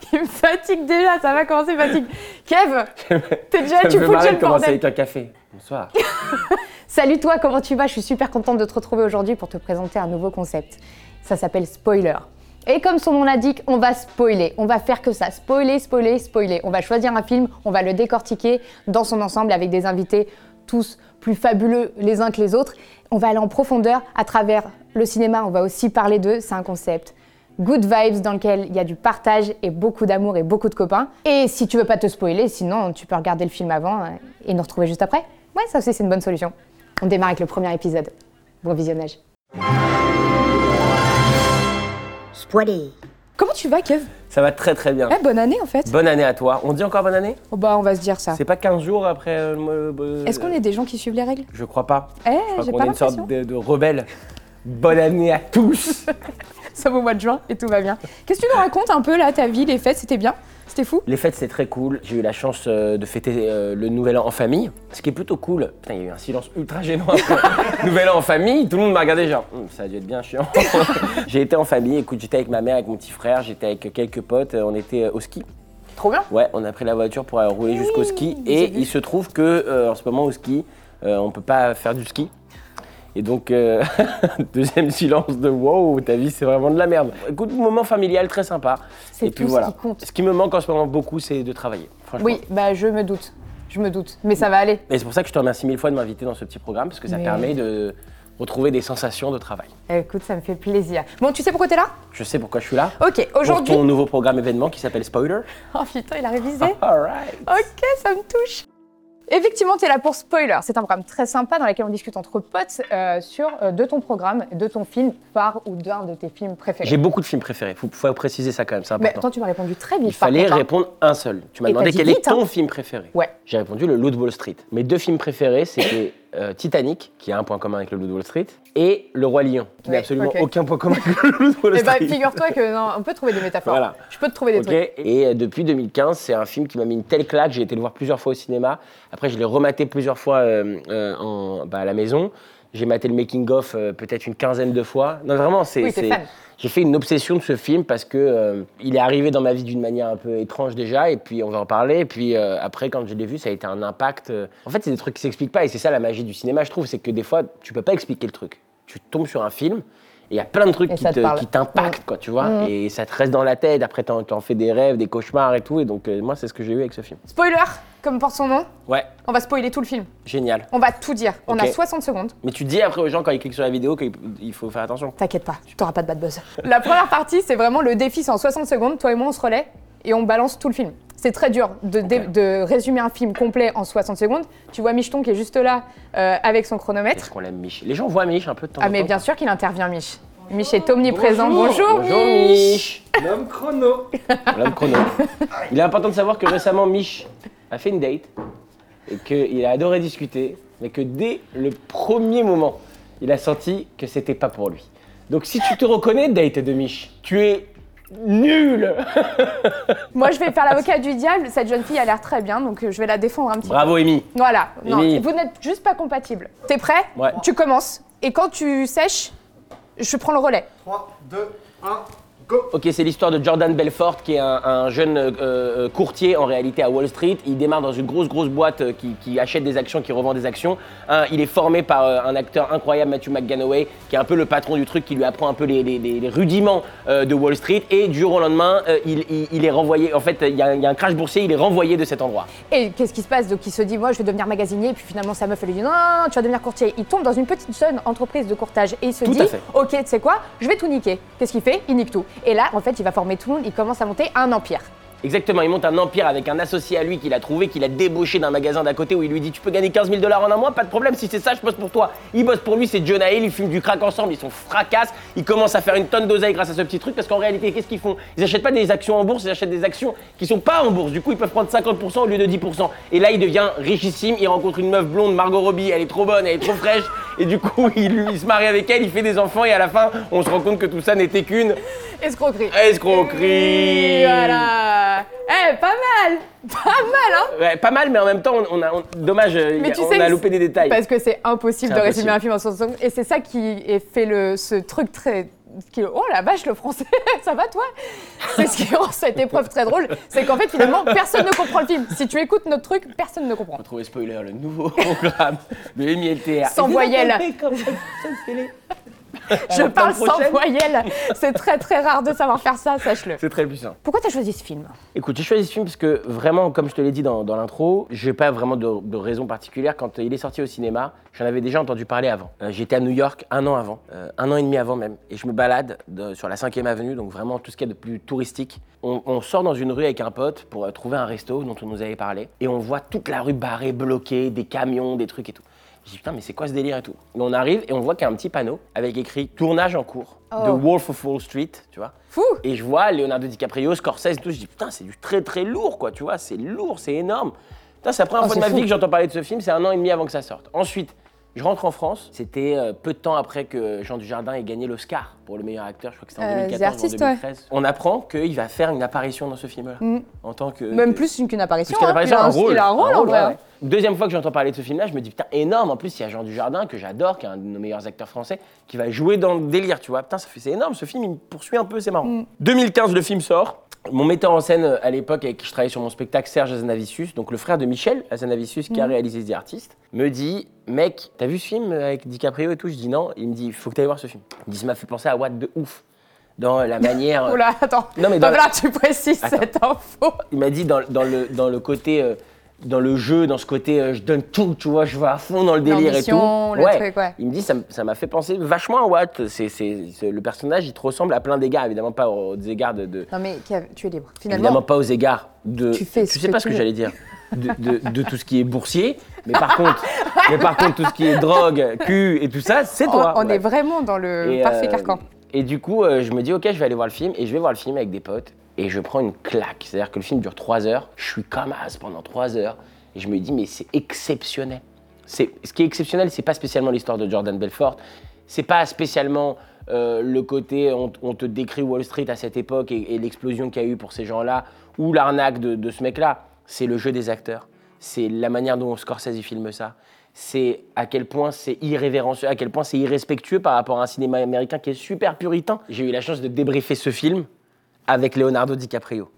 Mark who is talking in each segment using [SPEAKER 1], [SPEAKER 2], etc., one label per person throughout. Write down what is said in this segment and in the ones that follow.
[SPEAKER 1] tu me fatigues déjà, ça va commencer fatigue. Kev, t'es
[SPEAKER 2] Eh,
[SPEAKER 1] déjà,
[SPEAKER 3] Ça me
[SPEAKER 1] tu
[SPEAKER 3] fait
[SPEAKER 1] fous déjà
[SPEAKER 3] marrer de
[SPEAKER 1] le
[SPEAKER 3] commencer
[SPEAKER 1] bordel.
[SPEAKER 3] avec un café. Bonsoir.
[SPEAKER 1] Salut toi, comment tu vas Je suis super contente de te retrouver aujourd'hui pour te présenter un nouveau concept. Ça s'appelle spoiler. Et comme son nom l'indique, on va spoiler. On va faire que ça. Spoiler, spoiler, spoiler. On va choisir un film, on va le décortiquer dans son ensemble avec des invités tous plus fabuleux les uns que les autres. On va aller en profondeur à travers le cinéma, on va aussi parler d'eux. C'est un concept Good Vibes dans lequel il y a du partage et beaucoup d'amour et beaucoup de copains. Et si tu veux pas te spoiler, sinon tu peux regarder le film avant euh, et nous retrouver juste après. Ouais, ça aussi c'est une bonne solution. On démarre avec le premier épisode. Bon visionnage.
[SPEAKER 4] Spoilé.
[SPEAKER 2] Comment tu vas, Kev
[SPEAKER 3] Ça va très très bien.
[SPEAKER 2] Eh, bonne année en fait.
[SPEAKER 3] Bonne année à toi. On dit encore bonne année
[SPEAKER 2] Oh, bah, on va se dire ça.
[SPEAKER 3] C'est pas 15 jours après. euh, le- le-
[SPEAKER 2] Est-ce qu'on est des gens qui suivent les règles
[SPEAKER 3] Je crois pas.
[SPEAKER 2] Eh, j'ai pas
[SPEAKER 3] Je crois qu'on est une
[SPEAKER 2] l'impression.
[SPEAKER 3] sorte de, de rebelle. Bonne année à tous.
[SPEAKER 2] Nous sommes au mois de juin et tout va bien. Qu'est-ce que tu nous racontes un peu là, ta vie, les fêtes, c'était bien C'était fou
[SPEAKER 3] Les fêtes, c'est très cool. J'ai eu la chance euh, de fêter euh, le nouvel an en famille, ce qui est plutôt cool. Putain, il y a eu un silence ultra gênant. après. nouvel an en famille, tout le monde m'a regardé genre, Hum, ça a dû être bien chiant. j'ai été en famille, écoute, j'étais avec ma mère, avec mon petit frère, j'étais avec quelques potes, euh, on était euh, au ski.
[SPEAKER 2] Trop bien.
[SPEAKER 3] Ouais, on a pris la voiture pour aller rouler jusqu'au
[SPEAKER 1] Mmh,
[SPEAKER 3] ski. Et il se trouve que euh, en ce moment, au ski, euh, on peut pas faire du ski. Et donc, euh, deuxième silence de wow, ta vie c'est vraiment de la merde. Écoute, moment familial très sympa.
[SPEAKER 1] C'est
[SPEAKER 3] Et puis
[SPEAKER 1] tout ce
[SPEAKER 3] voilà.
[SPEAKER 1] qui compte.
[SPEAKER 3] Ce qui me manque en ce moment beaucoup, c'est de travailler. Franchement.
[SPEAKER 1] Oui, bah je me doute. Je me doute. Mais ça va aller.
[SPEAKER 3] Et c'est pour ça que je te remercie mille fois de m'inviter dans ce petit programme, parce que ça
[SPEAKER 1] Mais-
[SPEAKER 3] permet de retrouver des sensations de travail.
[SPEAKER 1] Écoute, ça me fait plaisir.
[SPEAKER 2] Bon, tu sais pourquoi t'es là
[SPEAKER 3] Je sais pourquoi je suis là.
[SPEAKER 2] Ok,
[SPEAKER 3] Pour
[SPEAKER 2] aujourd'hui.
[SPEAKER 3] ton nouveau programme événement qui s'appelle Spoiler.
[SPEAKER 2] Oh putain, il a révisé.
[SPEAKER 3] All right.
[SPEAKER 2] Ok, ça me touche.
[SPEAKER 1] Effectivement, t'es là pour spoiler. C'est un programme très sympa dans lequel on discute entre potes euh, sur euh, de ton programme, de ton film phare ou d'un de tes films préférés.
[SPEAKER 3] J'ai beaucoup de films préférés. Faut, faut préciser ça quand même, c'est
[SPEAKER 1] Mais
[SPEAKER 3] important.
[SPEAKER 1] attends, tu m'as répondu très vite.
[SPEAKER 3] Il fallait
[SPEAKER 1] par contre, hein.
[SPEAKER 3] répondre un seul. Tu m'as
[SPEAKER 1] Et t'as
[SPEAKER 3] demandé
[SPEAKER 1] dit
[SPEAKER 3] quel
[SPEAKER 1] vite, hein.
[SPEAKER 3] est ton film préféré.
[SPEAKER 1] Ouais.
[SPEAKER 3] J'ai répondu le Loup de Wall Street. Mes deux films préférés, c'était euh, Titanic, qui a un point commun avec le Loup de Wall Street, et Le Roi Lion, qui n'a
[SPEAKER 1] Ouais,
[SPEAKER 3] absolument
[SPEAKER 1] ok.
[SPEAKER 3] aucun point commun avec le Loup de Wall
[SPEAKER 1] Eh bah,
[SPEAKER 3] Street.
[SPEAKER 1] figure-toi que non, on peut trouver des métaphores.
[SPEAKER 3] Voilà.
[SPEAKER 1] Je peux te trouver des
[SPEAKER 3] Ok.
[SPEAKER 1] trucs.
[SPEAKER 3] Et euh, depuis 2015, c'est un film qui m'a mis une telle claque. J'ai été le voir plusieurs fois au cinéma. Après, je l'ai rematé plusieurs fois euh, euh, en- bah, à la maison. J'ai maté le making of euh, peut-être une quinzaine de fois. Non, vraiment, c'est.
[SPEAKER 1] Oui, t'es
[SPEAKER 3] c'est-
[SPEAKER 1] fan.
[SPEAKER 3] J'ai fait une obsession de ce film parce que euh, il est arrivé dans ma vie d'une manière un peu étrange déjà, et puis on va en parler. Et puis euh, après, quand je l'ai vu, ça a été un impact. euh. En fait, c'est des trucs qui s'expliquent pas, et c'est ça la magie du cinéma, je trouve, c'est que des fois, tu peux pas expliquer le truc. Tu tombes sur un film. Et il y a plein de trucs
[SPEAKER 1] Et
[SPEAKER 3] qui
[SPEAKER 1] ça te
[SPEAKER 3] te-
[SPEAKER 1] parle. Mm.
[SPEAKER 3] qui t'impactent, quoi, tu vois. Et ça te reste dans la tête. Après, t'en t'en fais des rêves, des cauchemars et tout. Et donc, euh, moi, c'est ce que j'ai eu avec ce film.
[SPEAKER 1] Spoiler, comme porte son nom,
[SPEAKER 3] Ouais,
[SPEAKER 1] on va spoiler tout le film.
[SPEAKER 3] génial.
[SPEAKER 1] On va tout dire. On
[SPEAKER 3] Ok.
[SPEAKER 1] a 60 secondes.
[SPEAKER 3] Mais tu dis après aux gens quand ils cliquent sur la vidéo qu'il il faut faire attention.
[SPEAKER 1] T'inquiète pas, tu t'auras pas de bad buzz. La première partie, c'est vraiment le défi, c'est en 60 secondes. Toi et moi, on se relaie et on balance tout le film. C'est très dur de, dé- de résumer un film complet en 60 secondes. Tu vois Micheton qui est juste là euh, avec son
[SPEAKER 3] Est-ce
[SPEAKER 1] chronomètre.
[SPEAKER 3] qu'on l'aime, Mich Les gens voient Mich un peu de temps en
[SPEAKER 1] Ah, mais
[SPEAKER 3] temps.
[SPEAKER 1] bien sûr qu'il intervient, Mich. Mich est omniprésent. Bonjour,
[SPEAKER 3] Bonjour
[SPEAKER 1] Mich.
[SPEAKER 3] Mich
[SPEAKER 5] L'homme chrono.
[SPEAKER 3] L'homme chrono. Il est important de savoir que récemment, Mich a fait une date et qu'il a adoré discuter, mais que dès le premier moment, il a senti que c'était pas pour lui. Donc si tu te reconnais, date de Mich, tu es nul
[SPEAKER 1] Moi, je vais faire l'avocat du diable. Cette jeune fille a l'air très bien, donc euh, je vais la défendre un petit peu.
[SPEAKER 3] Bravo Amy
[SPEAKER 1] Voilà, non,
[SPEAKER 3] Émilie.
[SPEAKER 1] vous n'êtes juste pas compatibles. T'es prêt
[SPEAKER 3] Ouais.
[SPEAKER 1] Tu commences. Et quand tu sèches, je prends le relais.
[SPEAKER 5] 3, 2, 1, go.
[SPEAKER 3] Ok, c'est l'histoire de Jordan Belfort, qui est un, un jeune euh, euh, courtier en réalité à Wall Street. Il démarre dans une grosse, grosse boîte euh, qui, qui achète des actions, qui revend des actions. Un, il est formé par euh, un acteur incroyable, Matthew McGanaway, qui est un peu le patron du truc, qui lui apprend un peu les, les- les- les rudiments euh, de Wall Street. Et du jour au lendemain, euh, il, il- il est renvoyé. En fait, il y, a, il y a un crash boursier, il est renvoyé de cet endroit.
[SPEAKER 1] Et qu'est-ce qui se passe Donc il se dit, moi je vais devenir magasinier, et puis finalement sa meuf elle lui dit, non, non, non, tu vas devenir courtier. Il tombe dans une petite zone entreprise de courtage et il se
[SPEAKER 3] Tout
[SPEAKER 1] dit,
[SPEAKER 3] à fait.
[SPEAKER 1] ok, tu sais quoi, je vais tout niquer. Qu'est-ce qu'il fait Il nique tout. Et là, en fait, il va former tout le monde, il commence à monter un empire.
[SPEAKER 3] Exactement, il monte un empire avec un associé à lui qu'il a trouvé, qu'il a débauché d'un magasin d'à côté où il lui dit Tu peux gagner 15 000 dollars en un mois, pas de problème, si c'est ça, je bosse pour toi. Il bosse pour lui, c'est John Hill, ils fument du crack ensemble, ils sont fracasse, ils commencent à faire une tonne d'oseille grâce à ce petit truc parce qu'en réalité, qu'est-ce qu'ils font Ils achètent pas des actions en bourse, ils achètent des actions qui sont pas en bourse. Du coup, ils peuvent prendre 50% au lieu de 10%. Et là, il devient richissime, il rencontre une meuf blonde, Margot Robbie, elle est trop bonne, elle est trop fraîche. Et du coup, il, lui- il se marie avec elle, il fait des enfants et à la fin, on se rend compte que tout ça n'était qu'une
[SPEAKER 1] Escroquerie.
[SPEAKER 3] escroquerie.
[SPEAKER 1] Voilà. Eh, pas mal Pas mal, hein
[SPEAKER 3] Ouais, pas mal, mais en même temps, on, on a, on- dommage, euh,
[SPEAKER 1] Mais tu
[SPEAKER 3] on
[SPEAKER 1] sais
[SPEAKER 3] a
[SPEAKER 1] que
[SPEAKER 3] loupé des détails.
[SPEAKER 1] Parce que c'est impossible
[SPEAKER 3] C'est
[SPEAKER 1] de résumer
[SPEAKER 3] impossible.
[SPEAKER 1] un film en 60 secondes. Et c'est ça qui est fait le, ce truc très ce qui- Oh la vache, le français, ça va toi C'est ce qui rend cette épreuve très drôle, c'est qu'en fait finalement personne ne comprend le film. Si tu écoutes notre truc, personne ne comprend.
[SPEAKER 3] On va trouver spoiler, le nouveau programme de MILTR.
[SPEAKER 1] Sans voyelle. Je
[SPEAKER 3] la
[SPEAKER 1] parle sans
[SPEAKER 3] prochaine.
[SPEAKER 1] voyelle. C'est très très rare de savoir faire ça, sache-le.
[SPEAKER 3] C'est très puissant.
[SPEAKER 1] Pourquoi t'as choisi ce film
[SPEAKER 3] Écoute, j'ai choisi ce film parce que vraiment, comme je te l'ai dit dans, dans l'intro, j'ai pas vraiment de, de raison particulière. Quand il est sorti au cinéma, j'en avais déjà entendu parler avant. Euh, J'étais à New York un an avant, euh, un an et demi avant même, et je me balade de- sur la 5ème avenue, donc vraiment tout ce qu'il y a de plus touristique. On, on sort dans une rue avec un pote pour euh, trouver un resto dont on nous avait parlé, et on voit toute la rue barrée, bloquée, des camions, des trucs et tout. Je dis putain, mais c'est quoi ce délire et tout Et on arrive et on voit qu'il y a un petit panneau avec écrit tournage en cours de
[SPEAKER 1] Oh.
[SPEAKER 3] Wolf of Wall Street, tu vois.
[SPEAKER 1] Fou
[SPEAKER 3] Et je vois Leonardo DiCaprio, Scorsese, tout. Je dis putain, c'est du très très lourd, quoi, tu vois, c'est lourd, c'est énorme. Putain, c'est la première
[SPEAKER 1] Oh,
[SPEAKER 3] fois de
[SPEAKER 1] c'est
[SPEAKER 3] ma
[SPEAKER 1] fou.
[SPEAKER 3] vie que j'entends parler de ce film, c'est un an et demi avant que ça sorte. Ensuite, je rentre en France, c'était euh, peu de temps après que Jean Dujardin ait gagné l'Oscar pour le meilleur acteur, je crois que c'était en
[SPEAKER 6] Euh, The
[SPEAKER 3] 2014 ou en
[SPEAKER 6] Artist,
[SPEAKER 3] 2013. On apprend qu'il va faire une apparition dans ce film-là. En tant que.
[SPEAKER 1] Mm. Même plus qu'une apparition.
[SPEAKER 3] Puisqu'elle
[SPEAKER 1] hein.
[SPEAKER 3] apparaît
[SPEAKER 1] Il a
[SPEAKER 3] sur
[SPEAKER 1] un- Il a un rôle en vrai. hein
[SPEAKER 3] ouais, ouais. Deuxième fois que j'entends parler de ce film-là, je me dis putain, énorme. En plus, il y a Jean Dujardin, que j'adore, qui est un de nos meilleurs acteurs français, qui va jouer dans le délire, tu vois. Putain, ça fait, c'est énorme, ce film, il me poursuit un peu, c'est marrant.
[SPEAKER 1] Mm.
[SPEAKER 3] 2015, le film sort. Mon metteur en scène euh, à l'époque, avec qui je travaillais sur mon spectacle, Serge Azanavicius, donc le frère de Michel Azanavicius,
[SPEAKER 1] Mm.
[SPEAKER 3] qui a réalisé The Artist, me dit Mec, t'as vu ce film avec DiCaprio et tout Je dis non. Il me dit Faut que t'ailles voir ce film. Il me dit Ça m'a fait penser à Watt de ouf. Dans la manière.
[SPEAKER 1] Oula, attends.
[SPEAKER 3] Non, mais dans-
[SPEAKER 1] Donc là, tu précises
[SPEAKER 3] Attends.
[SPEAKER 1] cette info.
[SPEAKER 3] Il m'a dit dans, dans le, dans le côté. euh, dans le jeu, dans ce côté, euh, je donne tout, tu vois, je vais à fond dans le délire et tout.
[SPEAKER 1] L'ambition, le truc, ouais.
[SPEAKER 3] Il me dit, ça m- ça m'a fait penser vachement à Watt. C'est- c'est- c'est- le personnage, il te ressemble à plein d'égards, évidemment pas aux aux égards de. de-
[SPEAKER 1] Non mais Kev, tu es libre.
[SPEAKER 3] évidemment
[SPEAKER 1] Finalement,
[SPEAKER 3] pas aux égards de.
[SPEAKER 1] Tu fais ce
[SPEAKER 3] sais
[SPEAKER 1] que
[SPEAKER 3] pas ce
[SPEAKER 1] tu
[SPEAKER 3] que
[SPEAKER 1] veux.
[SPEAKER 3] j'allais dire. De, de- de tout ce qui est boursier, mais par contre, mais par contre tout ce qui est drogue, cul et tout ça, c'est
[SPEAKER 1] on,
[SPEAKER 3] toi.
[SPEAKER 1] on est
[SPEAKER 3] Ouais.
[SPEAKER 1] vraiment dans le
[SPEAKER 3] Et,
[SPEAKER 1] parfait
[SPEAKER 3] euh,
[SPEAKER 1] carcan.
[SPEAKER 3] Et du coup, euh, je me dis, ok, je vais aller voir le film. Et je vais voir le film avec des potes. Et je prends une claque. C'est-à-dire que le film dure 3 heures. Je suis comme as pendant 3 heures. Et je me dis, mais c'est exceptionnel. C'est- Ce qui est exceptionnel, c'est pas spécialement l'histoire de Jordan Belfort. C'est pas spécialement euh, le côté, on, on te décrit Wall Street à cette époque et, et l'explosion qu'il y a eu pour ces gens-là, ou l'arnaque de, de ce mec-là. C'est le jeu des acteurs. C'est la manière dont Scorsese filme ça c'est à quel point c'est irrévérencieux, à quel point c'est irrespectueux par rapport à un cinéma américain qui est super puritain. J'ai eu la chance de débriefer ce film avec Leonardo DiCaprio.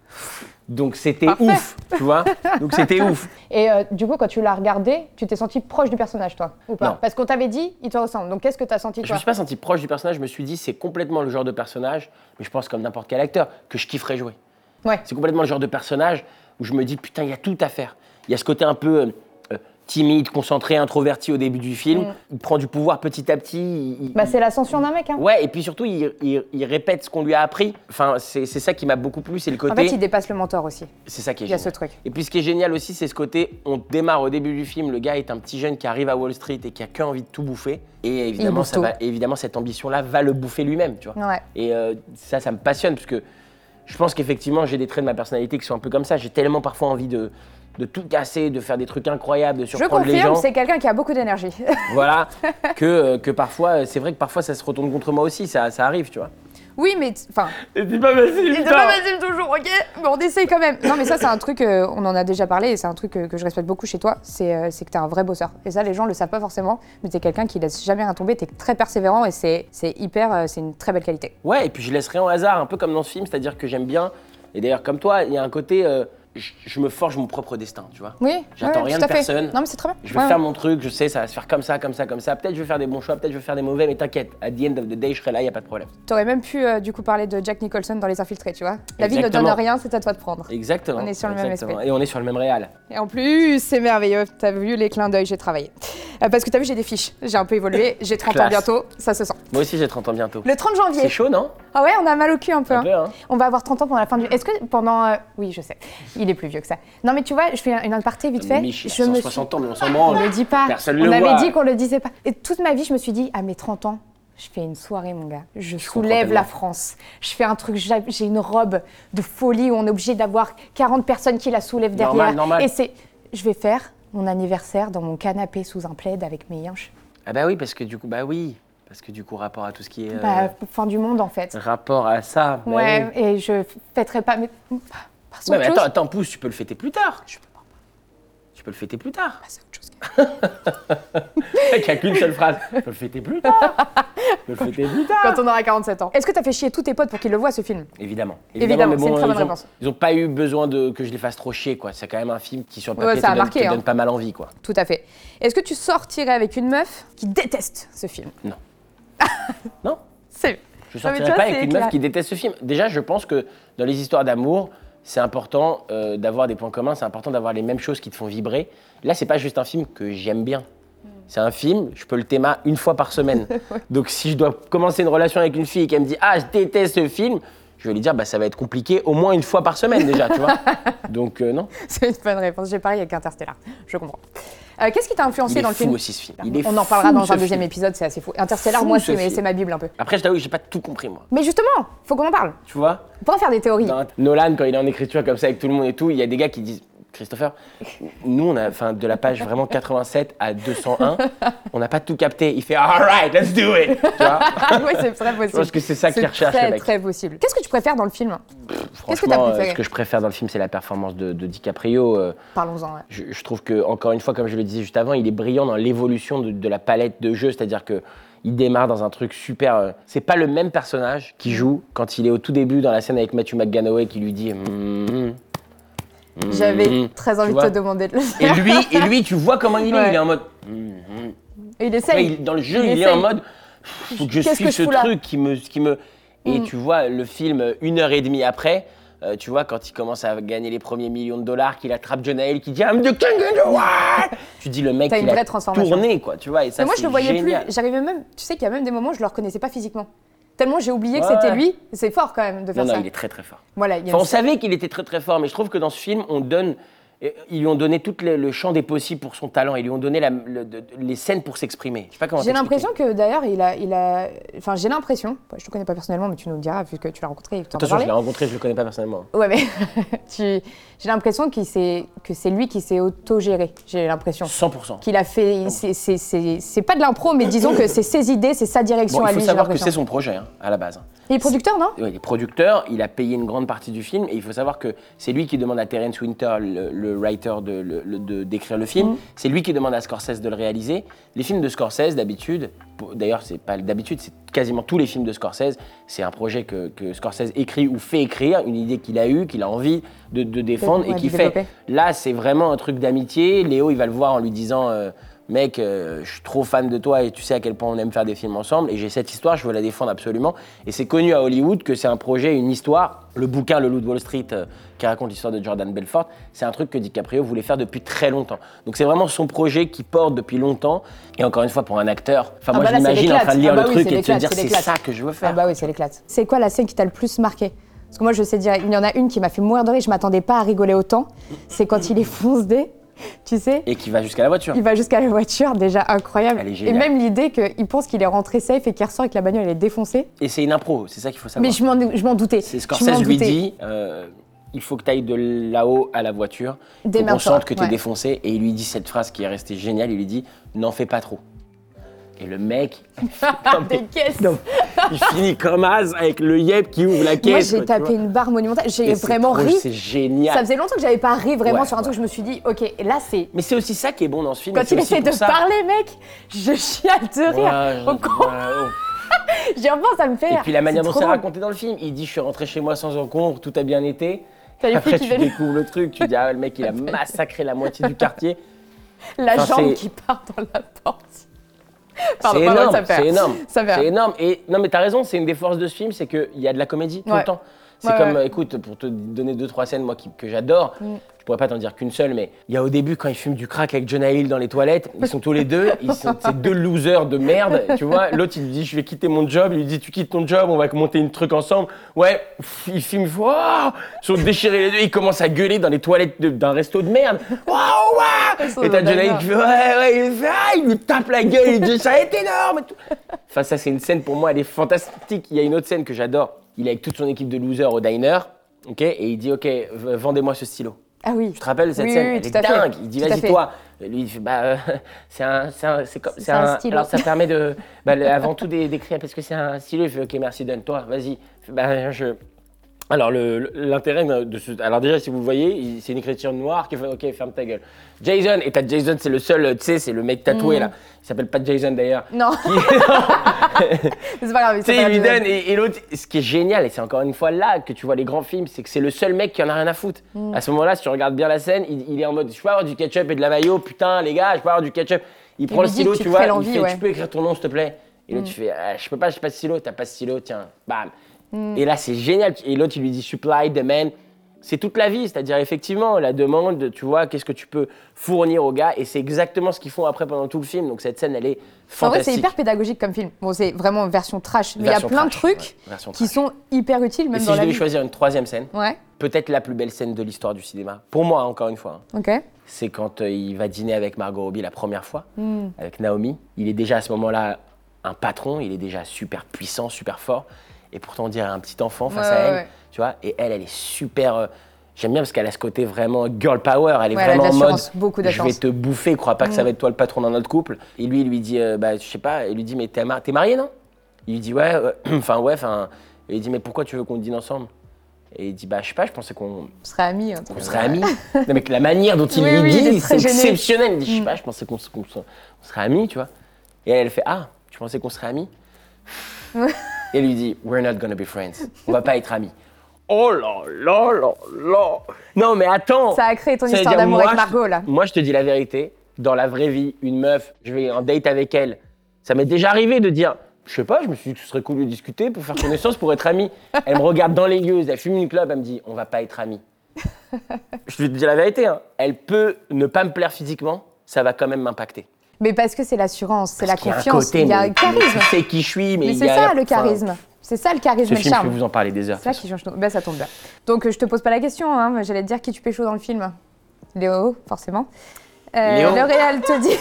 [SPEAKER 3] Donc c'était ouf, tu vois Donc c'était ouf.
[SPEAKER 1] Et euh, du coup, quand tu l'as regardé, tu t'es senti proche du personnage, toi, ou pas
[SPEAKER 3] Non.
[SPEAKER 1] Parce qu'on t'avait dit, il te ressemble. Donc qu'est-ce que t'as senti,
[SPEAKER 3] Je
[SPEAKER 1] toi
[SPEAKER 3] me suis pas senti proche du personnage, je me suis dit c'est complètement le genre de personnage, mais je pense comme n'importe quel acteur, que je kifferais jouer.
[SPEAKER 1] Ouais.
[SPEAKER 3] C'est complètement le genre de personnage où je me dis putain, il y a tout à faire. Il y a ce côté un peu euh, euh, timide, concentré, introverti au début du film. Il prend du pouvoir petit à petit. il- il-
[SPEAKER 1] Mm. Bah c'est l'ascension d'un mec. Hein.
[SPEAKER 3] Ouais, et puis surtout, il, il- il répète ce qu'on lui a appris. Enfin, c'est c'est ça qui m'a beaucoup plu, c'est le côté.
[SPEAKER 1] En fait, il dépasse le mentor aussi.
[SPEAKER 3] C'est ça qui est
[SPEAKER 1] Il y a
[SPEAKER 3] génial.
[SPEAKER 1] ce truc.
[SPEAKER 3] Et puis ce qui est génial aussi, c'est ce côté, on démarre au début du film, le gars est un petit jeune qui arrive à Wall Street et qui a que envie de tout bouffer. Et évidemment,
[SPEAKER 1] bouffe
[SPEAKER 3] ça
[SPEAKER 1] tout.
[SPEAKER 3] va, évidemment cette ambition-là va le bouffer lui-même, tu vois.
[SPEAKER 1] Ouais.
[SPEAKER 3] Et euh, ça, ça me passionne, parce que je pense qu'effectivement, j'ai des traits de ma personnalité qui sont un peu comme ça. J'ai tellement parfois envie de, de tout casser, de faire des trucs incroyables, de
[SPEAKER 1] Je
[SPEAKER 3] surprendre les gens.
[SPEAKER 1] confirme, c'est quelqu'un qui a beaucoup d'énergie.
[SPEAKER 3] Voilà, que, euh, que parfois, euh, c'est vrai que parfois ça se retourne contre moi aussi, ça, ça arrive, tu vois.
[SPEAKER 1] oui, mais t- enfin,
[SPEAKER 3] C'est pas facile,
[SPEAKER 1] Il te pas facile toujours, ok Mais on essaye quand même. Non, mais ça, c'est un truc, euh, on en a déjà parlé, et c'est un truc euh, que je respecte beaucoup chez toi, c'est euh, c'est que t'es un vrai bosseur. Et ça, les gens le savent pas forcément, mais t'es quelqu'un qui laisse jamais rien tomber, t'es très persévérant, et c'est c'est hyper, euh, c'est une très belle qualité.
[SPEAKER 3] Ouais, et puis je laisse rien au hasard, un peu comme dans ce film, c'est-à-dire que j'aime bien, et d'ailleurs comme toi, il y a un côté, euh, je, je me forge mon propre destin, tu vois.
[SPEAKER 1] Oui,
[SPEAKER 3] J'attends
[SPEAKER 1] ouais,
[SPEAKER 3] rien
[SPEAKER 1] tout à
[SPEAKER 3] de
[SPEAKER 1] fait.
[SPEAKER 3] personne.
[SPEAKER 1] Non, mais c'est très bien.
[SPEAKER 3] Je vais
[SPEAKER 1] Ouais,
[SPEAKER 3] faire
[SPEAKER 1] ouais.
[SPEAKER 3] mon truc, je sais, ça va se faire comme ça, comme ça, comme ça. Peut-être je vais faire des bons choix, peut-être je vais faire des mauvais, mais t'inquiète, at the end of the day, je serai là, y a pas de problème.
[SPEAKER 1] T'aurais même pu, euh, du coup, parler de Jack Nicholson dans Les Infiltrés, tu vois La vie ne donne
[SPEAKER 3] Exactement.
[SPEAKER 1] rien, c'est à toi de prendre.
[SPEAKER 3] Exactement.
[SPEAKER 1] On est sur le même
[SPEAKER 3] exactement.
[SPEAKER 1] aspect.
[SPEAKER 3] Et on est sur le même réal.
[SPEAKER 1] Et en plus, c'est merveilleux. T'as vu les clins d'œil, j'ai travaillé. Euh, parce que t'as vu, j'ai des fiches. J'ai un peu évolué. J'ai 30 ans
[SPEAKER 3] Classe.
[SPEAKER 1] bientôt. Ça se sent.
[SPEAKER 3] Moi aussi, j'ai 30 ans bientôt.
[SPEAKER 1] Le 30
[SPEAKER 3] C'est
[SPEAKER 1] janvier.
[SPEAKER 3] chaud, non
[SPEAKER 1] Ah ouais, on a mal au cul un peu.
[SPEAKER 3] Un
[SPEAKER 1] hein.
[SPEAKER 3] peu, hein
[SPEAKER 1] On va avoir 30 ans pendant la fin du. Est-ce que pendant. euh, Oui, je sais. Il est plus vieux que ça. Non, mais tu vois, je fais un- une aparté vite fait.
[SPEAKER 3] Mich, il a
[SPEAKER 1] je me suis-
[SPEAKER 3] 160 ans, mais on s'en
[SPEAKER 1] On
[SPEAKER 3] branle.
[SPEAKER 1] le dit pas.
[SPEAKER 3] Bah, Personne
[SPEAKER 1] on
[SPEAKER 3] le
[SPEAKER 1] avait
[SPEAKER 3] voit.
[SPEAKER 1] dit qu'on le disait pas. Et toute ma vie, je me suis dit, à mes 30 ans, je fais une soirée, mon gars. Je, soulève
[SPEAKER 3] tellement.
[SPEAKER 1] la France. Je fais un truc. j'a- J'ai une robe de folie où on est obligé d'avoir 40 personnes qui la soulèvent derrière.
[SPEAKER 3] Normal, normal.
[SPEAKER 1] Et c'est. Je vais faire mon anniversaire dans mon canapé sous un plaid avec mes yinches.
[SPEAKER 3] Ah bah oui, parce que du coup, bah oui. Parce que du coup, rapport à tout ce qui est. euh,
[SPEAKER 1] Bah, fin du monde, en fait.
[SPEAKER 3] rapport à ça. bah
[SPEAKER 1] ouais,
[SPEAKER 3] oui.
[SPEAKER 1] et je fêterai pas. Mais. Parce
[SPEAKER 3] Ouais, mais
[SPEAKER 1] chose.
[SPEAKER 3] attends, attends, pousse, tu peux le fêter plus tard. Tu peux le fêter plus tard.
[SPEAKER 1] c'est autre chose. Ah.
[SPEAKER 3] Qui a qu'une seule phrase. Je le fêter plus tard. Je le fêter plus tard.
[SPEAKER 1] Quand on aura 47 ans. Est-ce que t'as fait chier tous tes potes pour qu'ils le voient ce film
[SPEAKER 3] Évidemment.
[SPEAKER 1] Évidemment,
[SPEAKER 3] mais
[SPEAKER 1] c'est une très bonne
[SPEAKER 3] ils ont-
[SPEAKER 1] réponse.
[SPEAKER 3] Ils ont pas eu besoin de, que je les fasse trop chier, quoi. C'est quand même un film qui, sur le
[SPEAKER 1] Ouais,
[SPEAKER 3] papier,
[SPEAKER 1] ça
[SPEAKER 3] te,
[SPEAKER 1] a
[SPEAKER 3] donne,
[SPEAKER 1] marqué,
[SPEAKER 3] te
[SPEAKER 1] hein.
[SPEAKER 3] donne pas mal envie, quoi.
[SPEAKER 1] Tout à fait. Est-ce que tu sortirais avec une meuf qui déteste ce film
[SPEAKER 3] Non
[SPEAKER 1] C'est
[SPEAKER 3] Je
[SPEAKER 1] Non, mais
[SPEAKER 3] sortirai
[SPEAKER 1] tu vois,
[SPEAKER 3] pas avec
[SPEAKER 1] c'est
[SPEAKER 3] une meuf
[SPEAKER 1] clair.
[SPEAKER 3] qui déteste ce film. Déjà, je pense que dans les histoires d'amour, c'est important euh, d'avoir des points communs, c'est important d'avoir les mêmes choses qui te font vibrer. Là, c'est pas juste un film que j'aime bien.
[SPEAKER 1] Mm.
[SPEAKER 3] C'est un film, je peux le théma une fois par semaine. Donc si je dois commencer une relation avec une fille et qu'elle me dit "Ah, je déteste ce film", je vais lui dire "Bah ça va être compliqué au moins une fois par semaine déjà, tu vois." Donc euh, non,
[SPEAKER 1] C'est une bonne réponse. J'ai pareé avec Interstellar. Je comprends. Euh, Qu'est-ce qui t'a influencé
[SPEAKER 3] il est
[SPEAKER 1] dans le
[SPEAKER 3] fou
[SPEAKER 1] film
[SPEAKER 3] aussi ce film. Il est
[SPEAKER 1] On en
[SPEAKER 3] fou,
[SPEAKER 1] parlera dans
[SPEAKER 3] ce
[SPEAKER 1] un deuxième
[SPEAKER 3] film.
[SPEAKER 1] épisode, c'est assez fou. Interstellar,
[SPEAKER 3] Fou,
[SPEAKER 1] moi,
[SPEAKER 3] ce
[SPEAKER 1] c'est
[SPEAKER 3] film.
[SPEAKER 1] c'est ma Bible un peu.
[SPEAKER 3] Après, je t'avoue que j'ai pas tout compris moi,
[SPEAKER 1] Mais justement, faut qu'on en parle.
[SPEAKER 3] tu vois.
[SPEAKER 1] On pourra faire des théories.
[SPEAKER 3] Dans Nolan, quand il est en écriture comme ça avec tout le monde et tout, il y a des gars qui disent Christopher, nous on a, enfin de la page vraiment 87 à 201, on n'a pas tout capté. Il fait Alright, let's do it. Tu vois
[SPEAKER 1] Ah oui, c'est très
[SPEAKER 3] Je pense
[SPEAKER 1] possible.
[SPEAKER 3] que c'est ça qu'il recherche
[SPEAKER 1] très,
[SPEAKER 3] le mec.
[SPEAKER 1] très possible. Qu'est-ce que tu préfères dans le film Qu'est-ce que t'as
[SPEAKER 3] Franchement, euh,
[SPEAKER 1] préféré
[SPEAKER 3] ce que je préfère dans le film, c'est la performance de, de DiCaprio. euh,
[SPEAKER 1] Parlons-en. ouais.
[SPEAKER 3] je, je trouve que, encore une fois, comme je le disais juste avant, il est brillant dans l'évolution de, de la palette de jeu. C'est-à-dire que il démarre dans un truc super. euh, c'est pas le même personnage qui joue quand il est au tout début dans la scène avec Matthew McGanaway qui lui dit. Hmm, hmm,
[SPEAKER 1] J'avais
[SPEAKER 3] hmm.
[SPEAKER 1] très
[SPEAKER 3] Tu
[SPEAKER 1] envie de te
[SPEAKER 3] vois
[SPEAKER 1] demander de le
[SPEAKER 3] Et
[SPEAKER 1] faire.
[SPEAKER 3] lui, et lui, tu vois comment il est.
[SPEAKER 1] Ouais.
[SPEAKER 3] Il est en mode.
[SPEAKER 1] Et il
[SPEAKER 3] Ouais,
[SPEAKER 1] essaye.
[SPEAKER 3] il- dans le jeu,
[SPEAKER 1] il
[SPEAKER 3] il, est en
[SPEAKER 1] essaye.
[SPEAKER 3] mode. Faut que je
[SPEAKER 1] Qu'est-ce
[SPEAKER 3] suis
[SPEAKER 1] que je
[SPEAKER 3] ce
[SPEAKER 1] fous là Hmm.
[SPEAKER 3] truc qui me, qui me. Et tu vois, le film, euh, une heure et demie après, euh, tu vois, quand il commence à gagner les premiers millions de dollars, qu'il attrape John Hale, qui dit I'm the king of the world Tu dis le mec,
[SPEAKER 1] T'as
[SPEAKER 3] il
[SPEAKER 1] une vraie
[SPEAKER 3] a
[SPEAKER 1] transformation.
[SPEAKER 3] tourné, quoi, tu vois. Et ça,
[SPEAKER 1] Mais moi, je
[SPEAKER 3] c'est
[SPEAKER 1] le voyais
[SPEAKER 3] génial.
[SPEAKER 1] plus. J'arrivais même. Tu sais qu'il y a même des moments où je le reconnaissais pas physiquement. Tellement j'ai oublié que
[SPEAKER 3] Ouais.
[SPEAKER 1] c'était lui. C'est fort quand même de
[SPEAKER 3] Non,
[SPEAKER 1] faire
[SPEAKER 3] non,
[SPEAKER 1] ça.
[SPEAKER 3] il est très, très fort.
[SPEAKER 1] Voilà, il y a
[SPEAKER 3] Enfin, on
[SPEAKER 1] une-
[SPEAKER 3] savait qu'il était très très fort, mais je trouve que dans ce film, on donne, euh, ils lui ont donné tout le, le champ des possibles pour son talent. Ils lui ont donné la- le- de- de- les scènes pour s'exprimer. Je sais pas comment.
[SPEAKER 1] J'ai
[SPEAKER 3] t'expliquer.
[SPEAKER 1] l'impression que d'ailleurs, il a, il a. Enfin, j'ai l'impression. Je te connais pas personnellement, mais tu nous le diras vu que tu l'as rencontré. et que tu en as
[SPEAKER 3] Attention, je
[SPEAKER 1] parlé.
[SPEAKER 3] l'ai rencontré, je le connais pas personnellement.
[SPEAKER 1] Ouais, mais tu... j'ai l'impression qu'il s'est- que c'est lui qui s'est autogéré. J'ai l'impression
[SPEAKER 3] 100%.
[SPEAKER 1] qu'il a fait. c'est- c'est- C'est c'est pas de l'impro, mais disons que c'est ses idées, c'est sa direction
[SPEAKER 3] Bon,
[SPEAKER 1] à
[SPEAKER 3] il faut
[SPEAKER 1] lui. j'ai
[SPEAKER 3] savoir que c'est
[SPEAKER 1] l'impression.
[SPEAKER 3] son projet hein, à la base.
[SPEAKER 1] Il est producteur, non
[SPEAKER 3] Ouais, il est producteur, il a payé une grande partie du film et il faut savoir que c'est lui qui demande à Terence Winter, le, le writer, de- le- le- de- d'écrire le,
[SPEAKER 1] Mhm.
[SPEAKER 3] film. C'est lui qui demande à Scorsese de le réaliser. Les films de Scorsese, d'habitude, pour- d'ailleurs, c'est pas d'habitude, c'est quasiment tous les films de Scorsese. C'est un projet que, que Scorsese écrit ou fait écrire, une idée qu'il a eue, qu'il a envie de, de défendre
[SPEAKER 1] Ouais,
[SPEAKER 3] et
[SPEAKER 1] de
[SPEAKER 3] qu'il
[SPEAKER 1] développer.
[SPEAKER 3] fait. Là, c'est vraiment un truc d'amitié. Léo, il va le voir en lui disant euh, Mec, euh, je suis trop fan de toi et tu sais à quel point on aime faire des films ensemble. Et j'ai cette histoire, je veux la défendre absolument. Et c'est connu à Hollywood que c'est un projet, une histoire. Le bouquin Le Loup de Wall Street, euh, qui raconte l'histoire de Jordan Belfort, c'est un truc que DiCaprio voulait faire depuis très longtemps. Donc c'est vraiment son projet qui porte depuis longtemps. Et encore une fois, pour un acteur, enfin, moi,
[SPEAKER 1] bah
[SPEAKER 3] je
[SPEAKER 1] là, c'est
[SPEAKER 3] l'imagine en
[SPEAKER 1] l'éclate.
[SPEAKER 3] train de lire
[SPEAKER 1] Ah bah
[SPEAKER 3] le
[SPEAKER 1] oui,
[SPEAKER 3] truc
[SPEAKER 1] c'est
[SPEAKER 3] et de se
[SPEAKER 1] l'éclate,
[SPEAKER 3] dire
[SPEAKER 1] c'est
[SPEAKER 3] C'est
[SPEAKER 1] l'éclate.
[SPEAKER 3] ça que je veux faire.
[SPEAKER 1] Ah bah oui, c'est l'éclate. C'est quoi la scène qui t'a le plus marqué Parce que moi, je sais dire, il y en a une qui m'a fait mourir de rire, je m'attendais pas à rigoler autant. C'est quand il est foncé, tu sais
[SPEAKER 3] Et qui va jusqu'à la voiture.
[SPEAKER 1] Il va jusqu'à la voiture, déjà incroyable.
[SPEAKER 3] Elle est
[SPEAKER 1] Et
[SPEAKER 3] géniale.
[SPEAKER 1] même l'idée qu'il pense qu'il est rentré safe et qu'il ressort et que la bagnole elle est défoncée.
[SPEAKER 3] Et c'est une impro, c'est ça qu'il faut savoir.
[SPEAKER 1] Mais je m'en je m'en doutais.
[SPEAKER 3] C'est
[SPEAKER 1] Je
[SPEAKER 3] Scorsese
[SPEAKER 1] m'en
[SPEAKER 3] lui
[SPEAKER 1] doutais.
[SPEAKER 3] dit euh, il faut que tu ailles de là-haut à la voiture.
[SPEAKER 1] Dès
[SPEAKER 3] Faut qu'on
[SPEAKER 1] maintenant,
[SPEAKER 3] sente que tu es
[SPEAKER 1] ouais.
[SPEAKER 3] défoncé. Et il lui dit cette phrase qui est restée géniale il lui dit, n'en fais pas trop. Et le mec, Non, mais-
[SPEAKER 1] Des caisses.
[SPEAKER 3] non. il finit comme as avec le yep qui ouvre la
[SPEAKER 1] Moi,
[SPEAKER 3] caisse.
[SPEAKER 1] j'ai
[SPEAKER 3] quoi, tu
[SPEAKER 1] tapé
[SPEAKER 3] vois.
[SPEAKER 1] une barre monumentale. J'ai
[SPEAKER 3] Et c'est
[SPEAKER 1] vraiment
[SPEAKER 3] trop-
[SPEAKER 1] ri.
[SPEAKER 3] C'est génial.
[SPEAKER 1] Ça faisait longtemps que j'avais pas ri vraiment
[SPEAKER 3] Ouais,
[SPEAKER 1] sur un truc. Je me suis dit, ok, et là c'est.
[SPEAKER 3] Mais c'est aussi ça qui est bon dans ce film. et
[SPEAKER 1] Quand
[SPEAKER 3] c'est
[SPEAKER 1] il
[SPEAKER 3] aussi
[SPEAKER 1] essaie de
[SPEAKER 3] pour ça.
[SPEAKER 1] parler, mec, je chiale de
[SPEAKER 3] Voilà,
[SPEAKER 1] rire. Au
[SPEAKER 3] je-
[SPEAKER 1] con-
[SPEAKER 3] voilà, oh.
[SPEAKER 1] J'ai enfin, ça me fait
[SPEAKER 3] Et
[SPEAKER 1] rire.
[SPEAKER 3] puis la manière
[SPEAKER 1] C'est
[SPEAKER 3] dont
[SPEAKER 1] trop
[SPEAKER 3] c'est
[SPEAKER 1] drôle.
[SPEAKER 3] raconté dans le film, il dit je suis rentré chez moi sans encombre, tout a bien été.
[SPEAKER 1] T'as les
[SPEAKER 3] Après
[SPEAKER 1] flics qui
[SPEAKER 3] tu
[SPEAKER 1] viennent,
[SPEAKER 3] découvres le truc, tu dis ah le mec il a massacré la moitié du quartier.
[SPEAKER 1] la
[SPEAKER 3] Enfin,
[SPEAKER 1] jambe
[SPEAKER 3] c'est-
[SPEAKER 1] qui part dans la porte.
[SPEAKER 3] C'est
[SPEAKER 1] Pardon, pardon,
[SPEAKER 3] énorme,
[SPEAKER 1] ça me fait
[SPEAKER 3] c'est
[SPEAKER 1] rire.
[SPEAKER 3] énorme.
[SPEAKER 1] Ça me fait
[SPEAKER 3] C'est
[SPEAKER 1] rire.
[SPEAKER 3] énorme. Et non, mais t'as raison, c'est une des forces de ce film, c'est qu'il y a de la comédie tout
[SPEAKER 1] Ouais.
[SPEAKER 3] le temps. C'est
[SPEAKER 1] Ouais,
[SPEAKER 3] comme,
[SPEAKER 1] ouais. Mm.
[SPEAKER 3] euh, écoute, pour te donner deux, trois scènes, moi, qui- que j'adore, je pourrais pas t'en dire qu'une seule, mais il y a au début, quand ils fument du crack avec Jonah Hill dans les toilettes, ils sont tous les deux, ils sont ces deux losers de merde, tu vois. L'autre, il lui dit, je vais quitter mon job, il lui dit, tu quittes ton job, on va monter une truc ensemble. Ouais, pff, ils fument, Wouah ils sont déchirés les deux, ils commencent à gueuler dans les toilettes de- d'un resto de merde. Waouh,
[SPEAKER 1] sont
[SPEAKER 3] waouh Et t'as Jonah Hill qui fait, ouais, ouais, il, fait, ah, il lui tape la gueule, il dit, ça va être énorme et tout. Enfin, ça, c'est une scène pour moi, elle est fantastique. Il y a une autre scène que j'adore. Il est avec toute son équipe de losers au diner, ok, et il dit, ok, v- vendez-moi ce stylo.
[SPEAKER 1] Ah oui.
[SPEAKER 3] Tu te rappelles cette
[SPEAKER 1] Oui,
[SPEAKER 3] scène
[SPEAKER 1] oui,
[SPEAKER 3] Elle
[SPEAKER 1] tout
[SPEAKER 3] est
[SPEAKER 1] à fait.
[SPEAKER 3] dingue. Il dit,
[SPEAKER 1] Tout à
[SPEAKER 3] vas-y,
[SPEAKER 1] fait.
[SPEAKER 3] toi. Et Lui, il fait, bah, euh, c'est un, c'est un, c'est comme- c'est
[SPEAKER 1] un
[SPEAKER 3] un-
[SPEAKER 1] stylo.
[SPEAKER 3] Alors, ça permet de, bah, le- avant tout, d'é- d'écrire parce que c'est un stylo. Il fait, ok, merci, donne-toi, vas-y. Il fait, Bah, je, Alors, le- le- l'intérêt de ce. Alors, déjà, si vous le voyez, il- c'est une écriture noire qui fait Ok, ferme ta gueule. Jason, et t'as Jason, c'est le seul, euh, tu sais, c'est le mec tatoué là. Il s'appelle pas Jason d'ailleurs.
[SPEAKER 1] Mm. Non, c'est pas grave. ils sont
[SPEAKER 3] Tu sais,
[SPEAKER 1] pas
[SPEAKER 3] il lui
[SPEAKER 1] là,
[SPEAKER 3] donne, et, et l'autre, ce qui est génial, et c'est encore une fois là que tu vois les grands films, c'est que c'est le seul mec qui en a rien à foutre.
[SPEAKER 1] Mm.
[SPEAKER 3] À ce moment-là, si tu regardes bien la scène, il, il est en mode Je peux avoir du ketchup et de la mayo, putain, les gars, je peux avoir du ketchup. Il prend
[SPEAKER 1] lui
[SPEAKER 3] le
[SPEAKER 1] dit
[SPEAKER 3] stylo,
[SPEAKER 1] que
[SPEAKER 3] tu,
[SPEAKER 1] tu
[SPEAKER 3] vois,
[SPEAKER 1] crées
[SPEAKER 3] il
[SPEAKER 1] l'envie,
[SPEAKER 3] fait
[SPEAKER 1] ouais. Mm.
[SPEAKER 3] Tu peux écrire ton nom, s'il te plaît Et l'autre, tu fais Ah, Je peux pas, j'ai pas de stylo, t'as pas de stylo, tiens, bam.
[SPEAKER 1] Mm.
[SPEAKER 3] Et là, c'est génial. Et l'autre, il lui dit Supply, demand. C'est toute la vie, c'est-à-dire effectivement la demande, tu vois, qu'est-ce que tu peux fournir aux gars, et c'est exactement ce qu'ils font après pendant tout le film. Donc cette scène, elle est
[SPEAKER 1] En vrai, c'est
[SPEAKER 3] fantastique.
[SPEAKER 1] hyper pédagogique comme film. Bon, c'est vraiment une version trash, mais il y a
[SPEAKER 3] Version
[SPEAKER 1] plein de
[SPEAKER 3] trash,
[SPEAKER 1] trucs
[SPEAKER 3] ouais, version
[SPEAKER 1] qui
[SPEAKER 3] trash.
[SPEAKER 1] sont hyper utiles,
[SPEAKER 3] Et
[SPEAKER 1] même
[SPEAKER 3] si
[SPEAKER 1] dans
[SPEAKER 3] je
[SPEAKER 1] la
[SPEAKER 3] devais
[SPEAKER 1] vie.
[SPEAKER 3] choisir une troisième scène,
[SPEAKER 1] Ouais,
[SPEAKER 3] peut-être la plus belle scène de l'histoire du cinéma, pour moi hein, encore une fois, hein,
[SPEAKER 1] ok.
[SPEAKER 3] c'est quand euh, il va dîner avec Margot Robbie la première fois,
[SPEAKER 1] Mm.
[SPEAKER 3] avec Naomi. Il est déjà à ce moment-là un patron, il est déjà super puissant, super fort, et pourtant on dirait un petit enfant face
[SPEAKER 1] Ouais,
[SPEAKER 3] à
[SPEAKER 1] ouais,
[SPEAKER 3] elle,
[SPEAKER 1] ouais.
[SPEAKER 3] tu vois. Et elle, elle est super. euh, J'aime bien parce qu'elle a ce côté vraiment girl power, elle est
[SPEAKER 1] Ouais, elle a de
[SPEAKER 3] vraiment en mode
[SPEAKER 1] l'assurance, beaucoup
[SPEAKER 3] je vais
[SPEAKER 1] d'assurance. Mm.
[SPEAKER 3] te bouffer, crois pas que ça va être toi le patron dans notre couple. Et lui, il lui dit, euh, bah, je sais pas, il lui dit, mais t'es ma- t'es marié, non Il lui dit, ouais, ouais, enfin, ouais, enfin. Et Il dit, mais pourquoi tu veux qu'on dîne ensemble Et il dit, bah, je sais pas, je pensais qu'on
[SPEAKER 1] On serait amis. un truc
[SPEAKER 3] qu'on
[SPEAKER 1] comme
[SPEAKER 3] serait
[SPEAKER 1] ça.
[SPEAKER 3] amis. non, mais que la manière dont il
[SPEAKER 1] Oui,
[SPEAKER 3] lui
[SPEAKER 1] oui, il
[SPEAKER 3] dit,
[SPEAKER 1] est très
[SPEAKER 3] c'est
[SPEAKER 1] gêné. Mm.
[SPEAKER 3] exceptionnel. Il dit, je sais pas, je pensais qu'on se- qu'on se- on serait amis, tu vois. Et elle, elle fait, ah, tu pensais qu'on serait amis Et elle lui dit, we're not gonna be friends. On va pas être amis. Oh là là là là Non, mais attends
[SPEAKER 1] Ça a créé ton
[SPEAKER 3] ça veut
[SPEAKER 1] histoire
[SPEAKER 3] dire,
[SPEAKER 1] d'amour
[SPEAKER 3] moi,
[SPEAKER 1] avec
[SPEAKER 3] je-
[SPEAKER 1] Margot, là.
[SPEAKER 3] Moi, je te dis la vérité. Dans la vraie vie, une meuf, je vais en date avec elle. Ça m'est déjà arrivé de dire, je sais pas, je me suis dit que ce serait cool de discuter pour faire connaissance, pour être amis. Elle me regarde dans les yeux, elle fume une clope, elle me dit, on va pas être amis. je te dis la vérité, hein. elle peut ne pas me plaire physiquement, ça va quand même m'impacter.
[SPEAKER 1] Mais parce que c'est l'assurance, c'est la
[SPEAKER 3] Parce qu'il y a un
[SPEAKER 1] confiance,
[SPEAKER 3] côté,
[SPEAKER 1] il y a
[SPEAKER 3] mais-
[SPEAKER 1] un charisme.
[SPEAKER 3] mais Tu sais qui je suis, mais,
[SPEAKER 1] Mais
[SPEAKER 3] il y
[SPEAKER 1] c'est
[SPEAKER 3] a-
[SPEAKER 1] ça le
[SPEAKER 3] enfin,
[SPEAKER 1] charisme. C'est ça le charisme
[SPEAKER 3] Ce
[SPEAKER 1] et le
[SPEAKER 3] film, je
[SPEAKER 1] charme.
[SPEAKER 3] peux vous en parler des heures.
[SPEAKER 1] C'est ça qui change. nos- Ben, ça tombe bien. Donc euh, je te pose pas la question, hein, mais j'allais te dire qui tu pécho dans le film. Léo, forcément. Euh,
[SPEAKER 3] Léo.
[SPEAKER 1] Le réel te dit.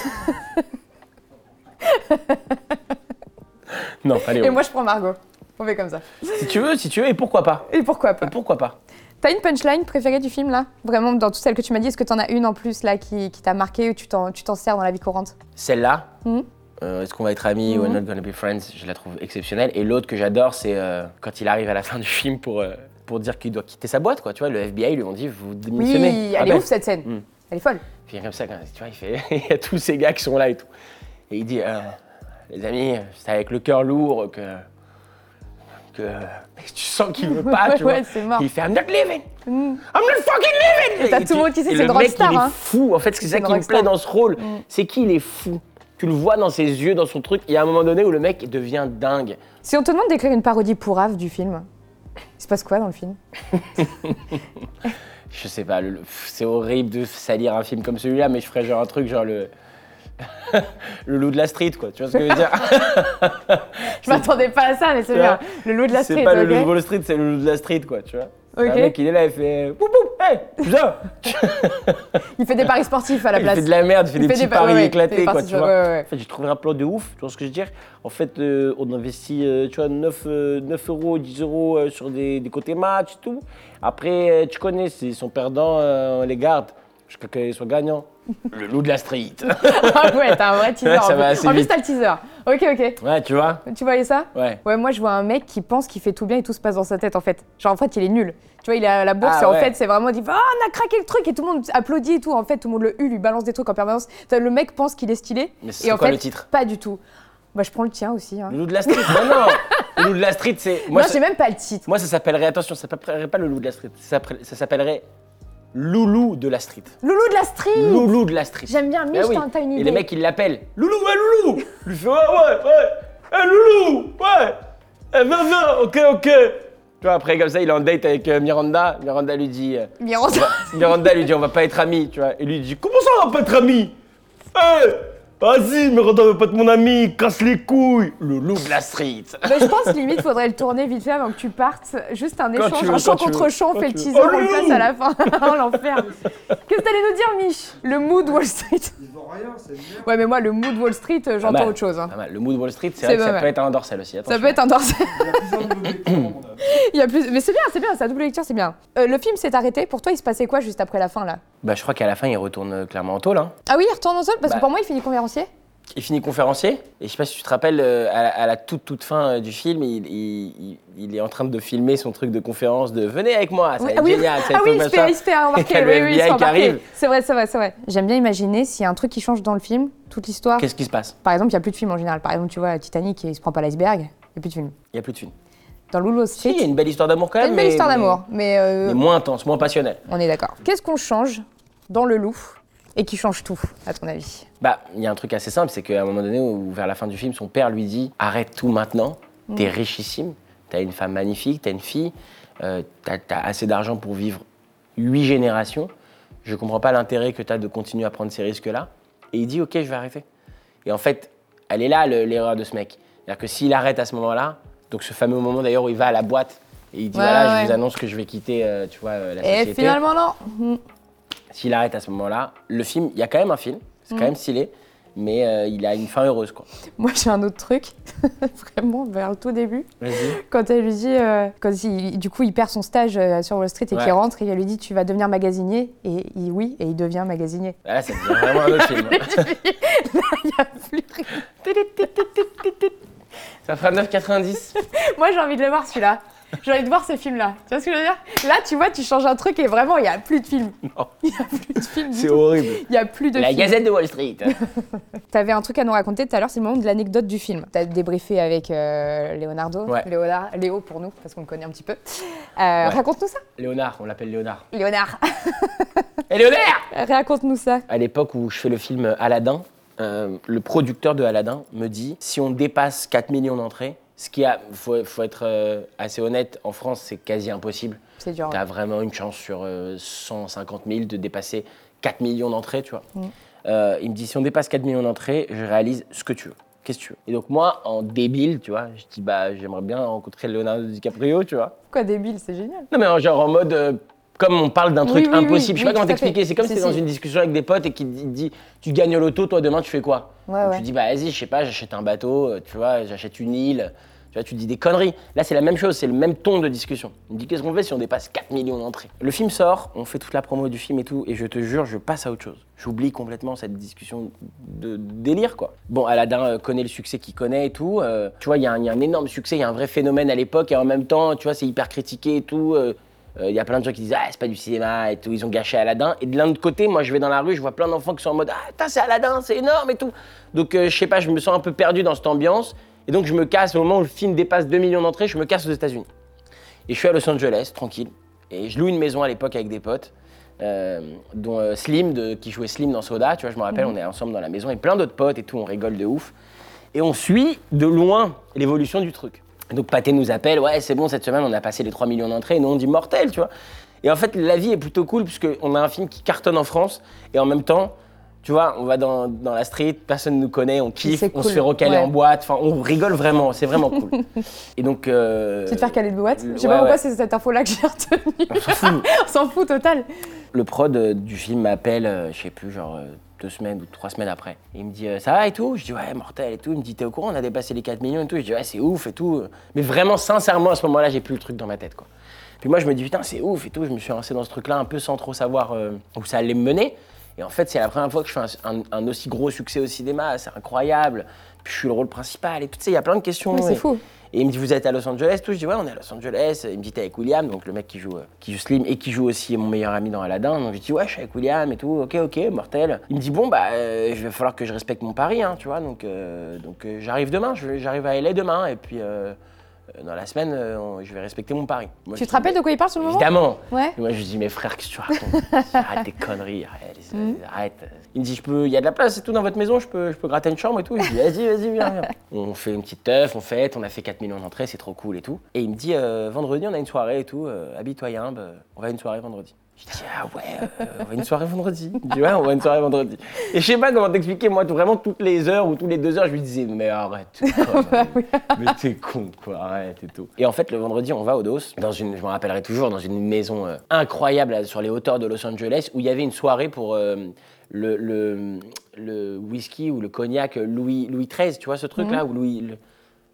[SPEAKER 3] Non, allez,
[SPEAKER 1] Et moi je prends Margot. On fait comme ça.
[SPEAKER 3] si tu veux, si tu veux, et pourquoi pas
[SPEAKER 1] Et pourquoi pas
[SPEAKER 3] Pourquoi pas
[SPEAKER 1] T'as une punchline préférée du film là Vraiment dans toutes celles que tu m'as dit, est-ce que t'en as une en plus là qui, qui t'a marqué ou tu t'en tu t'en sers dans la vie courante
[SPEAKER 3] Celle-là,
[SPEAKER 1] Mhm.
[SPEAKER 3] euh, Est-ce qu'on va être amis
[SPEAKER 1] Hmm.
[SPEAKER 3] ou not gonna be friends Je la trouve exceptionnelle. Et l'autre que j'adore, c'est euh, quand il arrive à la fin du film pour, euh, pour dire qu'il doit quitter sa boîte, quoi. Tu vois, le FBI lui ont dit vous
[SPEAKER 1] Oui,
[SPEAKER 3] démissionnez.
[SPEAKER 1] elle
[SPEAKER 3] Ah
[SPEAKER 1] est
[SPEAKER 3] ben,
[SPEAKER 1] ouf cette scène.
[SPEAKER 3] Mm.
[SPEAKER 1] Elle est folle.
[SPEAKER 3] il fait comme ça, quand- tu vois, il fait il y a tous ces gars qui sont là et tout. Et il dit euh, les amis, c'est avec le cœur lourd que que tu sens qu'il veut pas, tu
[SPEAKER 1] Ouais,
[SPEAKER 3] vois.
[SPEAKER 1] ouais, c'est mort. Mm.
[SPEAKER 3] Il fait I'm not leaving. I'm not fucking leaving.
[SPEAKER 1] t'as
[SPEAKER 3] Et
[SPEAKER 1] tout le monde qui sait
[SPEAKER 3] et
[SPEAKER 1] que c'est une
[SPEAKER 3] mec,
[SPEAKER 1] rockstar,
[SPEAKER 3] il est
[SPEAKER 1] hein.
[SPEAKER 3] fou. En fait, c'est ça
[SPEAKER 1] une
[SPEAKER 3] qui me
[SPEAKER 1] rockstar. Mm.
[SPEAKER 3] plaît dans ce rôle, c'est qu'il est fou. Tu le vois dans ses yeux, dans son truc. Il y a un moment donné où le mec devient dingue.
[SPEAKER 1] Si on te demande d'écrire une parodie pour Ave du film, il se passe quoi dans le film
[SPEAKER 3] Je sais pas, le- le- pff, c'est horrible de salir un film comme celui-là, mais je ferais genre un truc genre le le loup de la street, quoi. Tu vois ce que je veux dire
[SPEAKER 1] Je m'attendais pas à ça, mais c'est bien. Le loup de la street,
[SPEAKER 3] C'est pas le
[SPEAKER 1] ok
[SPEAKER 3] loup de Wall Street, c'est le loup de la street, quoi, tu vois. C'est Un
[SPEAKER 1] Ok.
[SPEAKER 3] mec, il est là, il fait euh, boum boum, hey, putain
[SPEAKER 1] Il fait des paris sportifs à la
[SPEAKER 3] Il
[SPEAKER 1] place.
[SPEAKER 3] fait de la merde, il fait des petits
[SPEAKER 1] pa-
[SPEAKER 3] paris
[SPEAKER 1] ouais, ouais,
[SPEAKER 3] éclatés,
[SPEAKER 1] des
[SPEAKER 3] quoi,
[SPEAKER 1] paris
[SPEAKER 3] tu
[SPEAKER 1] sur-
[SPEAKER 3] vois.
[SPEAKER 1] ouais, ouais, ouais.
[SPEAKER 3] En fait, j'ai trouvé un plan de ouf, tu vois ce que je veux dire En fait, euh, on investit, euh, tu vois, 9, euh, 9 euros, 10 euros euh, sur des, des côtés match et tout. Après, euh, tu connais, s'ils sont perdants, euh, on les garde jusqu'à qu'ils soient gagnants. Le loup de la street.
[SPEAKER 1] Ah ouais, t'as un vrai teaser.
[SPEAKER 3] Ouais, ça
[SPEAKER 1] en
[SPEAKER 3] va
[SPEAKER 1] plus.
[SPEAKER 3] assez
[SPEAKER 1] en plus,
[SPEAKER 3] vite.
[SPEAKER 1] t'as le teaser. Ok, ok.
[SPEAKER 3] ouais, tu vois
[SPEAKER 1] Tu voyais ça
[SPEAKER 3] Ouais.
[SPEAKER 1] Ouais, moi je vois un mec qui pense qu'il fait tout bien et tout se passe dans sa tête en fait. Genre en fait il est nul. Tu vois, il est à la bourse
[SPEAKER 3] Ah,
[SPEAKER 1] et en
[SPEAKER 3] ouais.
[SPEAKER 1] fait c'est vraiment dit, Ah, on a craqué le truc et tout le monde applaudit et tout. En fait tout le monde le hue, lui balance des trucs en permanence. T'as- Le mec pense qu'il est stylé.
[SPEAKER 3] Mais c'est
[SPEAKER 1] et en
[SPEAKER 3] quoi
[SPEAKER 1] fait,
[SPEAKER 3] le titre
[SPEAKER 1] Pas du tout. Bah je prends le tien aussi. hein.
[SPEAKER 3] Le loup de la street Non, non Le loup de la street, c'est. moi,
[SPEAKER 1] non,
[SPEAKER 3] c'est-
[SPEAKER 1] j'ai même pas le titre.
[SPEAKER 3] Moi, ça s'appellerait, attention, ça s'appellerait pas le loup de la street, ça s'appellerait- ça s'appellerait Loulou de la street.
[SPEAKER 1] Loulou de la street
[SPEAKER 3] Loulou de la street.
[SPEAKER 1] Mmh. J'aime bien, mais
[SPEAKER 3] Bah
[SPEAKER 1] je
[SPEAKER 3] oui.
[SPEAKER 1] t'en- t'as une idée.
[SPEAKER 3] Et les mecs, ils l'appellent Loulou, ouais, Loulou Je lui fais, ouais, ouais, ouais Eh, Loulou Ouais Eh, viens, viens Ok, ok Tu vois, après, comme ça, il est en date avec euh, Miranda. Miranda lui dit. euh,
[SPEAKER 1] Miranda.
[SPEAKER 3] Miranda lui dit on va pas être amis, tu vois. Et lui il dit comment ça on va pas être amis Eh Vas-y, Miranda veut pas être mon ami, casse les couilles Le loup de la street
[SPEAKER 1] Mais je pense limite faudrait le tourner vite fait avant que tu partes. Juste un échange,
[SPEAKER 3] tu veux,
[SPEAKER 1] un champ
[SPEAKER 3] quand tu veux,
[SPEAKER 1] contre champ,
[SPEAKER 3] quand
[SPEAKER 1] fait le
[SPEAKER 3] tu veux.
[SPEAKER 1] teaser,
[SPEAKER 3] Oh,
[SPEAKER 1] on le
[SPEAKER 3] loulou
[SPEAKER 1] passe à la fin. oh l'enfer. Qu'est-ce que t'allais nous dire, Mich Le mood Wall Street.
[SPEAKER 5] Ils vont rien, c'est une merde.
[SPEAKER 1] Ouais, mais moi le mood Wall Street, euh,
[SPEAKER 3] Pas
[SPEAKER 1] j'entends
[SPEAKER 3] mal.
[SPEAKER 1] autre chose. hein.
[SPEAKER 3] Pas mal. Le mood Wall Street, c'est
[SPEAKER 1] C'est
[SPEAKER 3] vrai que
[SPEAKER 1] pas
[SPEAKER 3] ça
[SPEAKER 1] mal.
[SPEAKER 3] peut être un dorsal aussi.
[SPEAKER 1] Ça
[SPEAKER 3] Ah bah, attention.
[SPEAKER 1] peut être un dorsal.
[SPEAKER 5] Il y a plus un mauvais temps, là.
[SPEAKER 1] Il y a plus... Mais c'est bien, c'est bien, c'est à double lecture, c'est bien. Euh, le film s'est arrêté. Pour toi, il se passait quoi juste après la fin là
[SPEAKER 3] Bah, je crois qu'à la fin, il retourne euh, clairement en tôle. Hein.
[SPEAKER 1] Ah oui, il retourne en sol Parce
[SPEAKER 3] Bah.
[SPEAKER 1] que pour moi, il finit conférencier.
[SPEAKER 3] Il finit conférencier. Et je sais pas si tu te rappelles, euh, à, la- à la toute toute fin euh, du film, il, il- il- il est en train de filmer son truc de conférence de venez avec moi, ça va
[SPEAKER 7] Oui,
[SPEAKER 3] être
[SPEAKER 7] ah oui,
[SPEAKER 3] génial. ça va
[SPEAKER 7] ah
[SPEAKER 3] être
[SPEAKER 7] oui,
[SPEAKER 3] top,
[SPEAKER 7] il se
[SPEAKER 3] machin.
[SPEAKER 7] fait, il se fait
[SPEAKER 1] hein,
[SPEAKER 3] Il y a
[SPEAKER 7] remarquer.
[SPEAKER 3] le
[SPEAKER 7] Oui, oui, il se
[SPEAKER 3] FBI
[SPEAKER 7] fait
[SPEAKER 3] qui
[SPEAKER 7] remarquer.
[SPEAKER 3] arrive.
[SPEAKER 7] C'est vrai, c'est vrai, c'est vrai.
[SPEAKER 1] J'aime bien imaginer s'il y a un truc qui change dans le film, toute l'histoire.
[SPEAKER 3] Qu'est-ce qui se passe
[SPEAKER 1] Par exemple, il n'y a plus de film en général. Par exemple, tu vois Titanic, il se prend pas l'iceberg, il n'y a plus de film.
[SPEAKER 3] Il y a plus de film.
[SPEAKER 1] Dans Lulu
[SPEAKER 3] Si,
[SPEAKER 1] Street,
[SPEAKER 3] il y a une belle histoire d'amour quand
[SPEAKER 1] il y a
[SPEAKER 3] même.
[SPEAKER 1] une belle
[SPEAKER 3] mais-
[SPEAKER 1] histoire d'amour, mais euh,
[SPEAKER 3] Mais moins intense, moins passionnelle.
[SPEAKER 1] on est d'accord. Qu'est-ce qu'on change dans le loup et qui change tout, à ton avis
[SPEAKER 3] Bah, il y a un truc assez simple, c'est qu'à un moment donné, ou vers la fin du film, son père lui dit Arrête tout maintenant,
[SPEAKER 1] Mm.
[SPEAKER 3] t'es richissime, t'as une femme magnifique, t'as une fille, euh, t'as t'as assez d'argent pour vivre huit générations. Je comprends pas l'intérêt que t'as de continuer à prendre ces risques-là. Et il dit Ok, je vais arrêter. Et en fait, elle est là, le- l'erreur de ce mec. C'est-à-dire que s'il arrête à ce moment-là, donc ce fameux moment d'ailleurs où il va à la boîte et il dit
[SPEAKER 1] Ouais,
[SPEAKER 3] Voilà,
[SPEAKER 1] ouais.
[SPEAKER 3] je vous annonce que je vais quitter euh, tu vois, euh, la
[SPEAKER 1] Et
[SPEAKER 3] société.
[SPEAKER 1] finalement, non Hmm.
[SPEAKER 3] S'il arrête à ce moment-là, le film, il y a quand même un film, c'est
[SPEAKER 1] Mm.
[SPEAKER 3] quand même stylé, mais euh, il a une fin heureuse, quoi.
[SPEAKER 1] Moi, j'ai un autre truc, vraiment vers le tout début. Quand elle lui dit, euh, quand il- du coup, il perd son stage euh, sur Wall Street et
[SPEAKER 3] Ouais.
[SPEAKER 1] qu'il rentre, et elle lui dit, tu vas devenir magasinier. Et il, oui, et il devient magasinier.
[SPEAKER 3] Ah, Là, ça devient vraiment un autre film. Ça fera 9,90.
[SPEAKER 1] Moi, j'ai envie de le voir celui-là. J'ai envie de voir ce film-là. Tu vois ce que je veux dire Là, tu vois, tu changes un truc et vraiment, il n'y a plus de film.
[SPEAKER 3] Non.
[SPEAKER 1] Il n'y a plus de film. du
[SPEAKER 3] C'est
[SPEAKER 1] tout.
[SPEAKER 3] horrible.
[SPEAKER 1] Il n'y a plus de
[SPEAKER 3] La
[SPEAKER 1] film.
[SPEAKER 3] Gazette de Wall Street.
[SPEAKER 1] T'avais un truc à nous raconter tout à l'heure, c'est le moment de l'anecdote du film. T'as débriefé avec euh, Leonardo,
[SPEAKER 3] Ouais.
[SPEAKER 1] Léonard- Léo pour nous, parce qu'on le connaît un petit peu. Euh, Raconte-nous ça,
[SPEAKER 3] Léonard, on l'appelle Léonard.
[SPEAKER 1] Léonard.
[SPEAKER 3] Et Léonard
[SPEAKER 1] Raconte-nous ça.
[SPEAKER 3] À l'époque où je fais le film Aladdin, euh, le producteur de Aladdin me dit si on dépasse 4 millions d'entrées, ce qui a, faut, faut être euh, assez honnête, en France, c'est quasi impossible.
[SPEAKER 1] C'est dur.
[SPEAKER 3] T'as vraiment une chance sur euh, 150 000 de dépasser 4 millions d'entrées, tu vois.
[SPEAKER 1] Mm.
[SPEAKER 3] Euh, il me dit, si on dépasse 4 millions d'entrées, je réalise ce que tu veux. Qu'est-ce que tu veux Et donc moi, en débile, tu vois, je dis, bah, j'aimerais bien rencontrer Leonardo DiCaprio, tu vois.
[SPEAKER 1] Quoi, débile, c'est génial.
[SPEAKER 3] Non, mais en genre en mode. euh, comme on parle d'un truc
[SPEAKER 1] oui, oui,
[SPEAKER 3] impossible, je sais
[SPEAKER 1] oui,
[SPEAKER 3] pas comment
[SPEAKER 1] tout à fait.
[SPEAKER 3] t'expliquer, c'est comme si
[SPEAKER 1] Si,
[SPEAKER 3] t'es dans
[SPEAKER 1] si.
[SPEAKER 3] une discussion avec des potes et qui te dit Tu gagnes au loto, toi demain tu fais quoi
[SPEAKER 1] Ouais,
[SPEAKER 3] Donc
[SPEAKER 1] ouais.
[SPEAKER 3] Tu dis Bah vas-y, je sais pas, j'achète un bateau, euh, tu vois, j'achète une île, tu vois, tu dis des conneries. Là c'est la même chose, c'est le même ton de discussion. On dit Qu'est-ce qu'on fait si on dépasse 4 millions d'entrées Le film sort, on fait toute la promo du film et tout, et je te jure, je passe à autre chose. J'oublie complètement cette discussion de délire quoi. Bon, Aladdin euh, connaît le succès qu'il connaît et tout, euh, tu vois, il y, a un- il y a un énorme succès, il y a un vrai phénomène à l'époque, et en même temps, tu vois, c'est hyper critiqué et tout. euh, il y a plein de gens qui disent Ah, c'est pas du cinéma et tout, ils ont gâché Aladdin. Et de l'un autre côté, moi je vais dans la rue, je vois plein d'enfants qui sont en mode Ah, putain, c'est Aladdin, c'est énorme et tout. Donc euh, je sais pas, je me sens un peu perdu dans cette ambiance. Et donc je me casse, au moment où le film dépasse 2 millions d'entrées, je me casse aux États-Unis. Et je suis à Los Angeles, tranquille. Et je loue une maison à l'époque avec des potes, euh, dont euh, Slim, de- qui jouait Slim dans Soda, tu vois, je me
[SPEAKER 1] Mhm.
[SPEAKER 3] rappelle, on est ensemble dans la maison, et plein d'autres potes et tout, on rigole de ouf. Et on suit de loin l'évolution du truc. Donc Pathé nous appelle, ouais, c'est bon, cette semaine, on a passé les 3 millions d'entrées, et nous on dit mortel, tu vois. Et en fait, la vie est plutôt cool, puisqu'on a un film qui cartonne en France, et en même temps, tu vois, on va dans, dans la street, personne nous connaît, on kiffe,
[SPEAKER 1] c'est
[SPEAKER 3] on se
[SPEAKER 1] cool,
[SPEAKER 3] fait recaler
[SPEAKER 1] ouais.
[SPEAKER 3] en boîte, enfin, on rigole vraiment, c'est vraiment cool. et donc. euh,
[SPEAKER 1] Tu te faire caler de boîte Je sais
[SPEAKER 3] ouais,
[SPEAKER 1] pas pourquoi
[SPEAKER 3] ouais.
[SPEAKER 1] c'est cette info-là que j'ai retenue.
[SPEAKER 3] on s'en fout.
[SPEAKER 1] On s'en fout total.
[SPEAKER 3] Le prod euh, du film m'appelle, euh, je sais plus, genre euh, deux semaines ou trois semaines après. Il me dit euh, ça va et tout Je dis ouais, mortel et tout. Il me dit t'es au courant, on a dépassé les 4 millions et tout. Je dis ouais, c'est ouf et tout. Mais vraiment, sincèrement, à ce moment-là, j'ai plus le truc dans ma tête quoi. Puis moi, je me dis putain, c'est ouf et tout. Je me suis lancé dans ce truc-là un peu sans trop savoir euh, où ça allait me mener. Et en fait, c'est la première fois que je fais un, un- un aussi gros succès au cinéma. C'est incroyable. Puis je suis le rôle principal et tout. Tu sais, il y a plein de questions.
[SPEAKER 1] Oui, c'est
[SPEAKER 3] et-
[SPEAKER 1] fou.
[SPEAKER 3] et il me dit, vous êtes à Los Angeles tout Je dis, ouais, on est à Los Angeles. Il me dit, t'es avec William, donc le mec qui joue, euh, qui joue Slim et qui joue aussi mon meilleur ami dans Aladdin. Donc je dis, ouais, je suis avec William et tout. Ok, ok, mortel. Il me dit, bon, bah, euh, il va falloir que je respecte mon pari, hein, tu vois. Donc, euh, donc euh, j'arrive demain, je- j'arrive à LA demain. Et puis, euh, euh, dans la semaine, euh, on- je vais respecter mon pari. Moi, je
[SPEAKER 1] Tu
[SPEAKER 3] dis,
[SPEAKER 1] te rappelles
[SPEAKER 3] mais-
[SPEAKER 1] de quoi il parle sur le moment
[SPEAKER 3] Évidemment
[SPEAKER 1] Ouais.
[SPEAKER 3] et moi, je lui dis, mais frère, qu'est-ce que tu racontes Arrête tes conneries, arrête. arrête. Il me dit, je peux- il y a de la place et tout dans votre maison, je peux, je peux gratter une chambre et tout. Je dis, vas-y, vas-y, viens, viens. On fait une petite teuf, on fête, on a fait 4 millions d'entrées, c'est trop cool et tout. Et il me dit, euh, vendredi, on a une soirée et tout, euh, habille-toi Yimbe, euh, on va à une soirée vendredi. Je dis, ah ouais, euh, on va à une soirée vendredi. Il me dit, ouais, on va à une soirée vendredi. Et je sais pas comment t'expliquer, moi, tout- vraiment toutes les heures ou tous les deux heures, je lui disais, mais arrête, tes conneries. mais t'es con, quoi, arrête et tout. Et en fait, le vendredi, on va au DOS, dans une, je me rappellerai toujours, dans une maison euh, incroyable là, sur les hauteurs de Los Angeles, où il y avait une soirée pour euh, le,
[SPEAKER 8] Mhm.
[SPEAKER 3] le, le whisky ou le cognac euh, Louis, Louis XIII, tu vois ce truc-là, ou Louis. le-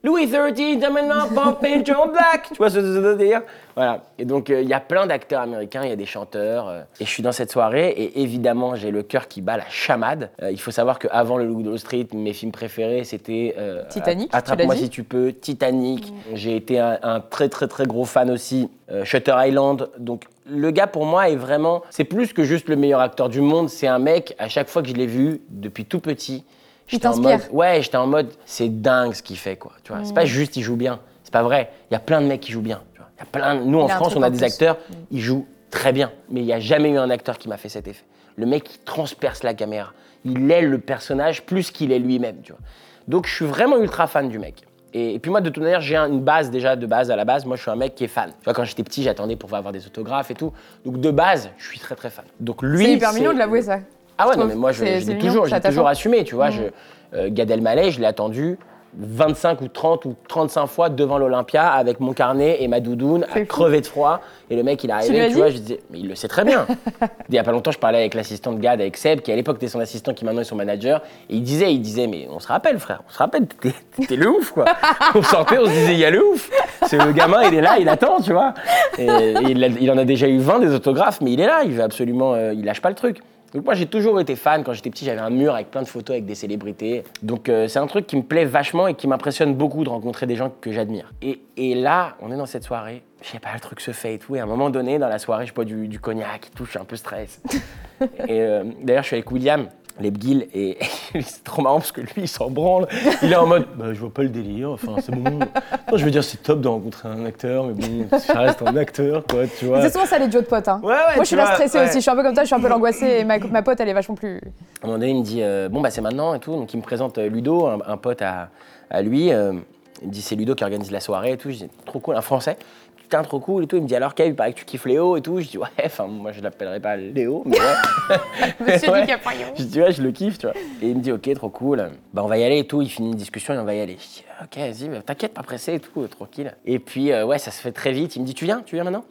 [SPEAKER 3] Louis XIII, maintenant, Pompey, John Black. Tu vois ce que je veux dire Voilà. Et donc, euh, il y a plein d'acteurs américains, il y a des chanteurs. euh, et je suis dans cette soirée, et évidemment, j'ai le cœur qui bat la chamade. Euh, il faut savoir qu'avant Le Loup de Wall Street, mes films préférés, c'était. euh,
[SPEAKER 8] Titanic, tu l'as
[SPEAKER 3] Attrape-moi
[SPEAKER 8] dit.
[SPEAKER 3] si tu peux, Titanic. J'ai été un, un très, très, très gros fan aussi. euh, Shutter Island. Donc, le gars, pour moi, est vraiment. C'est plus que juste le meilleur acteur du monde. C'est un mec, à chaque fois que je l'ai vu, depuis tout petit, J'étais en mode,
[SPEAKER 1] t'inspire.
[SPEAKER 3] ouais, j'étais en mode, c'est dingue ce qu'il fait, quoi. Tu vois, c'est pas juste il joue bien, c'est pas vrai. Il y a plein de mecs qui jouent bien. tu vois. Il y a plein. de- Nous en
[SPEAKER 1] a un
[SPEAKER 3] France,
[SPEAKER 1] truc
[SPEAKER 3] on a
[SPEAKER 1] en
[SPEAKER 3] des
[SPEAKER 1] plus.
[SPEAKER 3] acteurs, ils jouent très bien, mais il n'y a jamais eu un acteur qui m'a fait cet effet. Le mec, il transperce la caméra. Il est le personnage plus qu'il est lui-même, tu vois. Donc, je suis vraiment ultra fan du mec. Et, et puis moi, de toute manière, j'ai un- une base déjà de base à la base. Moi, je suis un mec qui est fan. Tu vois, quand j'étais petit, j'attendais pour avoir des autographes et tout. Donc de base, je suis très très fan. Donc lui,
[SPEAKER 8] C'est hyper mignon de l'avouer, ça.
[SPEAKER 3] ah ouais, non,
[SPEAKER 8] trouve.
[SPEAKER 3] mais moi, je,
[SPEAKER 8] C'est-
[SPEAKER 3] je
[SPEAKER 8] c'est
[SPEAKER 3] l'ai
[SPEAKER 8] mignon,
[SPEAKER 3] toujours,
[SPEAKER 8] ça
[SPEAKER 3] j'ai toujours
[SPEAKER 8] t'attend. Mmh.
[SPEAKER 3] assumé, tu vois. Je, euh, Gad Elmaleh, je l'ai attendu 25 ou 30 ou 35 fois devant l'Olympia avec mon carnet et ma doudoune à
[SPEAKER 8] C'est fou.
[SPEAKER 3] crever de froid. Et le mec, il est
[SPEAKER 8] lui
[SPEAKER 3] arrivé,
[SPEAKER 8] as
[SPEAKER 3] tu
[SPEAKER 8] dit
[SPEAKER 3] vois, je disais, mais il le sait très bien. il y a pas longtemps, je parlais avec l'assistant de Gad, avec Seb, qui à l'époque était son assistant, qui maintenant est son manager. Et il disait, il disait, mais on se rappelle, frère, on se rappelle, t'es- t'es le ouf, quoi. on sortait, on se disait, il y a le ouf. C'est le gamin, il est là, il attend, tu vois. Et, et il, a- il en a déjà eu 20 des autographes, mais il est là, il veut absolument, euh, il lâche pas le truc. Donc moi j'ai toujours été fan, quand j'étais petit j'avais un mur avec plein de photos avec des célébrités. Donc euh, c'est un truc qui me plaît vachement et qui m'impressionne beaucoup de rencontrer des gens que j'admire. Et, et là, on est dans cette soirée, je sais pas, le truc se fait et tout. Et à un moment donné, dans la soirée, je bois du, du cognac et tout, je suis un peu stress. Et euh, d'ailleurs, je suis avec William. Lebguil, et c'est trop marrant parce que lui, il s'en branle. Il est en mode, bah, je vois pas le délire, enfin, c'est bon. Non, je veux dire, c'est top de rencontrer un acteur, mais bon, ça reste un acteur, quoi, tu vois.
[SPEAKER 1] C'est souvent ça les duos de potes. Hein.
[SPEAKER 3] Ouais, ouais,
[SPEAKER 1] Moi,
[SPEAKER 3] tu
[SPEAKER 1] je suis là
[SPEAKER 3] vois,
[SPEAKER 1] stressée
[SPEAKER 3] ouais.
[SPEAKER 1] aussi. Je suis un peu comme toi, je suis un peu l'angoissée. Et ma, ma pote, elle est vachement plus.
[SPEAKER 3] À un moment donné, il me dit euh, Bon, bah, c'est maintenant et tout. Donc, il me présente euh, Ludo, un, un pote à, à lui. euh, il me dit C'est Ludo qui organise la soirée et tout. Je dis Trop cool, un français. Putain, trop cool et tout. Il me dit Alors, Kev, il paraît que tu kiffes Léo et tout. Je dis Ouais, enfin, moi, je l'appellerai pas Léo, mais ouais.
[SPEAKER 8] Monsieur
[SPEAKER 3] Ouais.
[SPEAKER 8] DiCaprio.
[SPEAKER 3] Je dis Ouais, je le kiffe, tu vois. Et il me dit Ok, trop cool. Bah, on va y aller et tout. Il finit une discussion et on va y aller. Je dis Ok, vas-y, bah, t'inquiète, pas pressé et tout, euh, tranquille. Et puis, euh, ouais, ça se fait très vite. Il me dit Tu viens Tu viens maintenant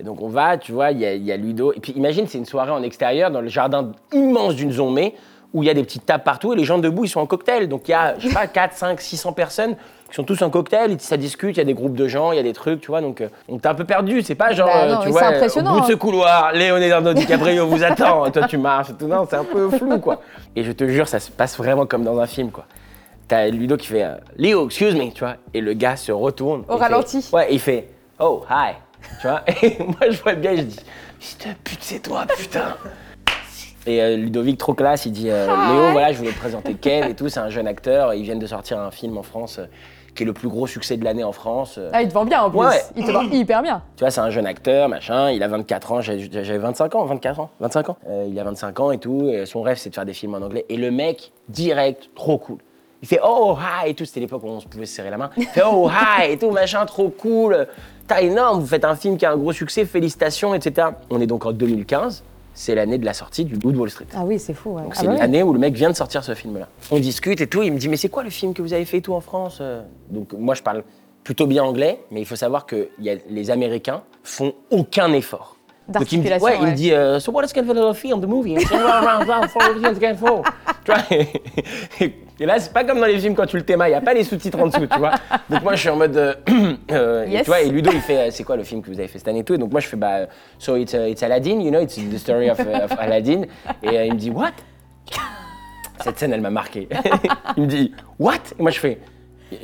[SPEAKER 3] et donc on va, tu vois, il y, a- il y a Ludo. Et puis imagine, c'est une soirée en extérieur, dans le jardin immense d'une zombie, où il y a des petites tables partout et les gens debout, ils sont en cocktail. Donc il y a, je sais pas, 4, 5, 600 personnes qui sont tous en cocktail, et ça discute, il y a des groupes de gens, il y a des trucs, tu vois. Donc euh, on t'a un peu perdu, c'est pas genre,
[SPEAKER 1] Bah
[SPEAKER 3] euh,
[SPEAKER 1] non,
[SPEAKER 3] tu
[SPEAKER 1] mais
[SPEAKER 3] vois,
[SPEAKER 1] c'est
[SPEAKER 3] euh,
[SPEAKER 1] impressionnant,
[SPEAKER 3] au bout de ce
[SPEAKER 1] hein.
[SPEAKER 3] couloir, Leonardo DiCaprio vous attend, toi tu marches, et tout. non, c'est un peu flou, quoi. Et je te jure, ça se passe vraiment comme dans un film, quoi. T'as Ludo qui fait euh, Léo, excuse me, tu vois, et le gars se retourne.
[SPEAKER 1] Au
[SPEAKER 3] et fait-
[SPEAKER 1] ralenti.
[SPEAKER 3] ouais, et il fait Oh, hi, tu vois. Et moi, je vois bien, je dis Putain, pute, c'est toi, hein, putain. Et euh, Ludovic, trop classe, il dit euh, Léo, voilà, je voulais te présenter Kev et tout, c'est un jeune acteur, ils viennent de sortir un film en France euh, qui est le plus gros succès de l'année en France. euh,
[SPEAKER 1] Ah, il te vend bien en plus.
[SPEAKER 3] Ouais, ouais.
[SPEAKER 1] Il te vend hyper bien.
[SPEAKER 3] tu vois, c'est un jeune acteur, machin, il a 24 ans, j'ai- j'avais 25 ans, 24 ans, 25 ans. Euh, il a 25 ans et tout, et son rêve c'est de faire des films en anglais. Et le mec, direct, trop cool. Il fait oh hi et tout, c'était l'époque où on se pouvait se serrer la main. Il fait oh hi et tout, machin, trop cool. T'as énorme, vous faites un film qui a un gros succès, félicitations, etc. On est donc en 2015, c'est l'année de la sortie du Good Wall Street.
[SPEAKER 1] Ah oui, c'est fou. ouais.
[SPEAKER 3] Donc
[SPEAKER 1] Ah
[SPEAKER 3] c'est
[SPEAKER 1] bah oui.
[SPEAKER 3] l'année où le mec vient de sortir ce film-là. On discute et tout, il me dit mais c'est quoi le film que vous avez fait et tout en France euh Donc moi je parle plutôt bien anglais, mais il faut savoir que il y a- les Américains font aucun effort. Donc il me dit, ouais,
[SPEAKER 8] D'articulation,
[SPEAKER 3] il me
[SPEAKER 8] ouais.
[SPEAKER 3] dit euh, so what is going to film the movie And so around, around, for what is gonna fall. Tu vois et- et là c'est pas comme dans les films quand tu le témas, il y a pas les sous-titres en dessous, tu vois. Donc moi je suis en mode euh, euh, et
[SPEAKER 8] Yes.
[SPEAKER 3] tu vois et Ludo il fait euh, c'est quoi le film que vous avez fait cette année et tout et donc moi je fais bah so it's, uh, it's Aladdin, you know, it's the story of, uh, of Aladdin et euh, il me dit what cette scène, elle m'a marqué. il me dit What Et moi, je fais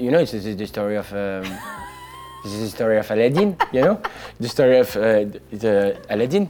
[SPEAKER 3] You know, it's the the story of. um, this is the story of Aladdin, you know The story of uh, the Aladdin.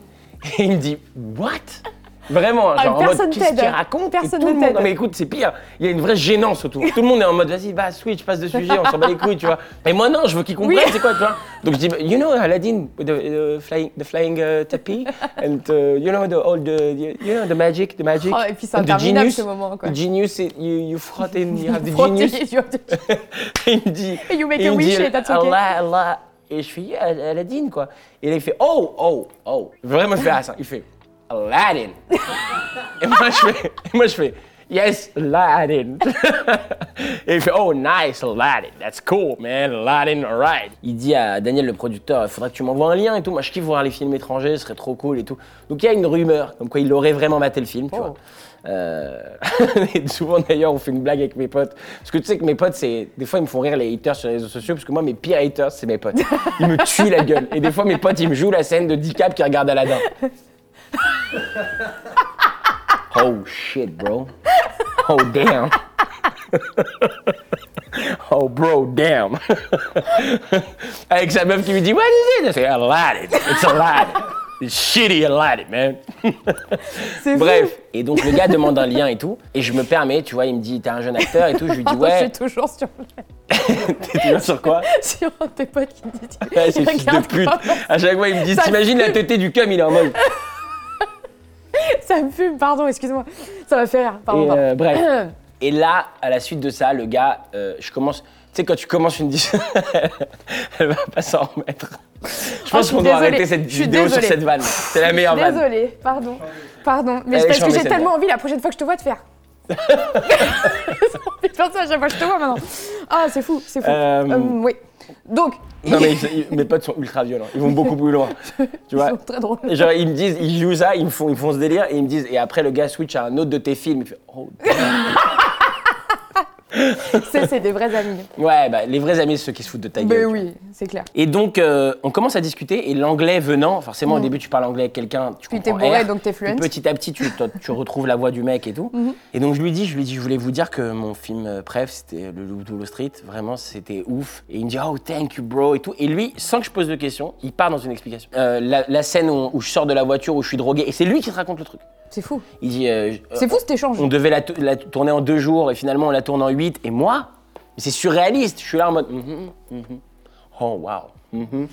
[SPEAKER 3] Et il me dit What Vraiment, genre en
[SPEAKER 1] Ah, personne
[SPEAKER 3] mode qu'est-ce
[SPEAKER 1] t'aide.
[SPEAKER 3] qu'il raconte Et
[SPEAKER 1] Personne
[SPEAKER 3] tout
[SPEAKER 1] ne
[SPEAKER 3] le monde,
[SPEAKER 1] t'aide.
[SPEAKER 3] non mais écoute, c'est pire. Il y a une vraie gênance autour. Tout le monde est en mode vas-y, bah switch, passe de sujet, on s'en bat les couilles, tu vois. Mais moi non, je veux qu'ils comprennent, c'est quoi, tu vois. Donc je dis you know Aladdin with the, the flying, the flying uh, tapis and uh, you know the all the you know the magic, the magic.
[SPEAKER 1] Oh, et puis c'est
[SPEAKER 3] and the
[SPEAKER 1] interminable,
[SPEAKER 3] genius.
[SPEAKER 1] ce moment, quoi.
[SPEAKER 3] The Genius, it- you, you frotte and you have the
[SPEAKER 1] Frotter,
[SPEAKER 3] genius.
[SPEAKER 1] tu vois, tu-
[SPEAKER 3] Et il me dit.
[SPEAKER 1] You make
[SPEAKER 3] il
[SPEAKER 1] a
[SPEAKER 3] me
[SPEAKER 1] wish
[SPEAKER 3] dit,
[SPEAKER 1] et that's okay.
[SPEAKER 3] Allah, Allah. Et je fais, yeah, Aladdin, quoi. Et là, il fait, oh, oh, oh. Vraiment, il fait, ah, ça. Il fait, Aladdin. et moi, je fais, et moi, je fais, Yes, Aladdin. Et il fait Oh, nice, Aladdin. That's cool, man. Aladdin, alright. Il dit à Daniel, le producteur, il faudrait que tu m'envoies un lien et tout. Moi, je kiffe voir les films étrangers, ce serait trop cool et tout. Donc, il y a une rumeur, comme quoi il aurait vraiment maté le film, tu vois. Euh, et souvent d'ailleurs, on fait une blague avec mes potes. Parce que tu sais que mes potes, c'est des fois, ils me font rire les haters sur les réseaux sociaux. Parce que moi, mes pires haters, c'est mes potes. Ils me tuent la gueule. Et des fois, mes potes, ils me jouent la scène de DiCap qui regarde Aladdin. Oh shit, bro. Oh damn. Oh bro, damn. Avec sa meuf qui lui dit What is it? I say, Aladdin. It's Aladdin. It's shitty Aladdin, man. Bref. Et donc le gars demande un lien et tout. Et je me permets, tu vois, il me dit T'es un jeune acteur et tout. Je lui dis
[SPEAKER 1] Pardon, Je suis
[SPEAKER 3] Ouais.
[SPEAKER 1] toujours sur,
[SPEAKER 3] T'es toujours sur quoi
[SPEAKER 1] sur un de tes potes qui dit.
[SPEAKER 3] Ouais, C'est fils de
[SPEAKER 1] Regarde
[SPEAKER 3] pute.
[SPEAKER 1] comment-
[SPEAKER 3] À chaque fois, il me dit
[SPEAKER 1] Ça
[SPEAKER 3] T'imagines la tétée du cum, il est en mode.
[SPEAKER 1] Ça me fume, pardon, excuse-moi. Ça m'a fait rire, pardon.
[SPEAKER 3] Et,
[SPEAKER 1] pardon.
[SPEAKER 3] euh, bref. Et là, à la suite de ça, le gars, euh, je commence. Tu sais, quand tu commences une discussion, elle va pas s'en remettre. Je
[SPEAKER 1] Ah, je
[SPEAKER 3] pense
[SPEAKER 1] suis
[SPEAKER 3] qu'on doit
[SPEAKER 1] désolée.
[SPEAKER 3] arrêter cette
[SPEAKER 1] Je suis
[SPEAKER 3] vidéo sur
[SPEAKER 1] désolée.
[SPEAKER 3] cette vanne. C'est la meilleure vanne.
[SPEAKER 1] Désolée, pardon. Pardon, mais
[SPEAKER 3] Elle
[SPEAKER 1] c'est
[SPEAKER 3] est
[SPEAKER 1] parce que
[SPEAKER 3] charmée,
[SPEAKER 1] j'ai
[SPEAKER 3] cette
[SPEAKER 1] tellement envie la prochaine fois que je te vois de faire. J'ai envie de faire ça à chaque fois que je te vois maintenant. Ah, c'est fou, c'est fou.
[SPEAKER 3] Euh,
[SPEAKER 1] Euh, oui. Donc,
[SPEAKER 3] Non, mais ils- mes potes sont ultra violents. Ils vont beaucoup plus loin. Tu vois
[SPEAKER 1] ils sont très drôles.
[SPEAKER 3] Et Genre, ils me disent, ils jouent ça, ils me font, ils me font ce délire, et ils me disent, et après, le gars switch à un autre de tes films. Il fait, oh.
[SPEAKER 1] C'est c'est des vrais amis.
[SPEAKER 3] Ouais, bah, les vrais amis, c'est ceux qui se foutent de ta gueule.
[SPEAKER 1] Mais
[SPEAKER 3] tu
[SPEAKER 1] Ben oui, c'est clair.
[SPEAKER 3] Et donc, euh, on commence à discuter, et l'anglais venant, forcément, au début, tu parles anglais avec quelqu'un, tu
[SPEAKER 1] Mm. Puis
[SPEAKER 3] comprends
[SPEAKER 1] t'es bourré,
[SPEAKER 3] R,
[SPEAKER 1] donc t'es
[SPEAKER 3] puis
[SPEAKER 1] fluent. Mm-hmm.
[SPEAKER 3] Petit à petit, tu, te- tu retrouves la voix du mec et tout. Et donc, je lui dis, je lui dis, je voulais vous dire que mon film euh, Pref, c'était Le Loup de Wall Street, vraiment, c'était ouf. Et il me dit, oh, thank you, bro, et tout. Et lui, sans que je pose de questions, il part dans une explication. Euh, la, la scène où, où je sors de la voiture, où je suis drogué, et c'est lui qui te raconte le truc.
[SPEAKER 1] C'est fou.
[SPEAKER 3] Il dit, euh, je-
[SPEAKER 1] C'est
[SPEAKER 3] euh,
[SPEAKER 1] fou cet échange.
[SPEAKER 3] on devait la, tou- la tourner en deux jours et finalement on la tourne en huit. Et moi, mais c'est surréaliste. Je suis là en mode. mhm, mhm. Oh waouh. mhm.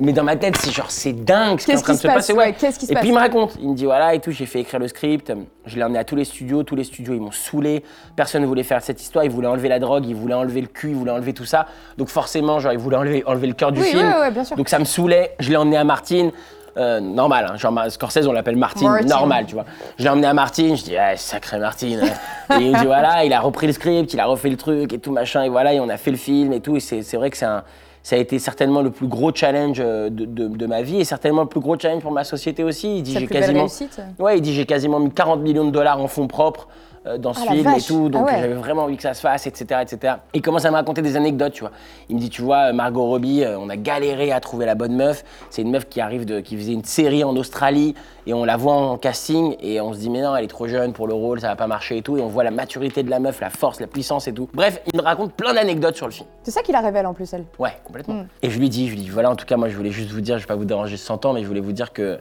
[SPEAKER 3] mais dans ma tête, c'est genre c'est dingue ce qui est en
[SPEAKER 1] Qu'est-ce
[SPEAKER 3] train
[SPEAKER 1] qui se
[SPEAKER 3] de se
[SPEAKER 1] passe
[SPEAKER 3] passer.
[SPEAKER 1] Ouais, qu'est-ce qui se
[SPEAKER 3] et
[SPEAKER 1] passe
[SPEAKER 3] puis il me raconte. Il me dit voilà et tout. J'ai fait écrire le script. Je l'ai emmené à tous les studios. Tous les studios ils m'ont saoulé. Personne ne voulait faire cette histoire. Ils voulaient enlever la drogue. Ils voulaient enlever le cul. Ils voulaient enlever tout ça. Donc forcément, genre ils voulaient enlever, enlever le cœur du
[SPEAKER 1] Oui,
[SPEAKER 3] film.
[SPEAKER 1] ouais, ouais, bien sûr.
[SPEAKER 3] Donc ça me saoulait. Je l'ai emmené à Martine. Euh, normal, hein, genre Ma- Scorsese, on l'appelle Martine,
[SPEAKER 1] Martin.
[SPEAKER 3] normal, tu vois. Je l'ai emmené à Martine, je dis, ah, sacré Martine. hein. et il me dit, voilà, il a repris le script, il a refait le truc et tout, machin, et voilà, et on a fait le film et tout. Et c'est c'est vrai que c'est un- ça a été certainement le plus gros challenge euh, de, de- de ma vie et certainement le plus gros challenge pour ma société aussi. Il dit,
[SPEAKER 1] Sa
[SPEAKER 3] j'ai
[SPEAKER 1] plus belle
[SPEAKER 3] quasiment.
[SPEAKER 1] réussite.
[SPEAKER 3] Ouais, il dit, j'ai quasiment mis 40 millions de dollars en fonds propres. euh, dans ce
[SPEAKER 1] Ah, la
[SPEAKER 3] film et
[SPEAKER 1] vache.
[SPEAKER 3] tout, donc
[SPEAKER 1] Ah ouais.
[SPEAKER 3] j'avais vraiment envie que ça se fasse, etc., etc. Et il commence à me raconter des anecdotes, tu vois. Il me dit, tu vois, Margot Robbie, euh, on a galéré à trouver la bonne meuf. C'est une meuf qui arrive de, qui faisait une série en Australie et on la voit en casting et on se dit, mais non, elle est trop jeune pour le rôle, ça va pas marcher et tout. Et on voit la maturité de la meuf, la force, la puissance et tout. Bref, il me raconte plein d'anecdotes sur le film.
[SPEAKER 1] C'est ça qui la révèle en plus, elle.
[SPEAKER 3] Ouais, complètement.
[SPEAKER 1] Mm.
[SPEAKER 3] Et je lui dis, je lui dis, voilà, en tout cas, moi, je voulais juste vous dire, je vais pas vous déranger 100 ans, mais je voulais vous dire que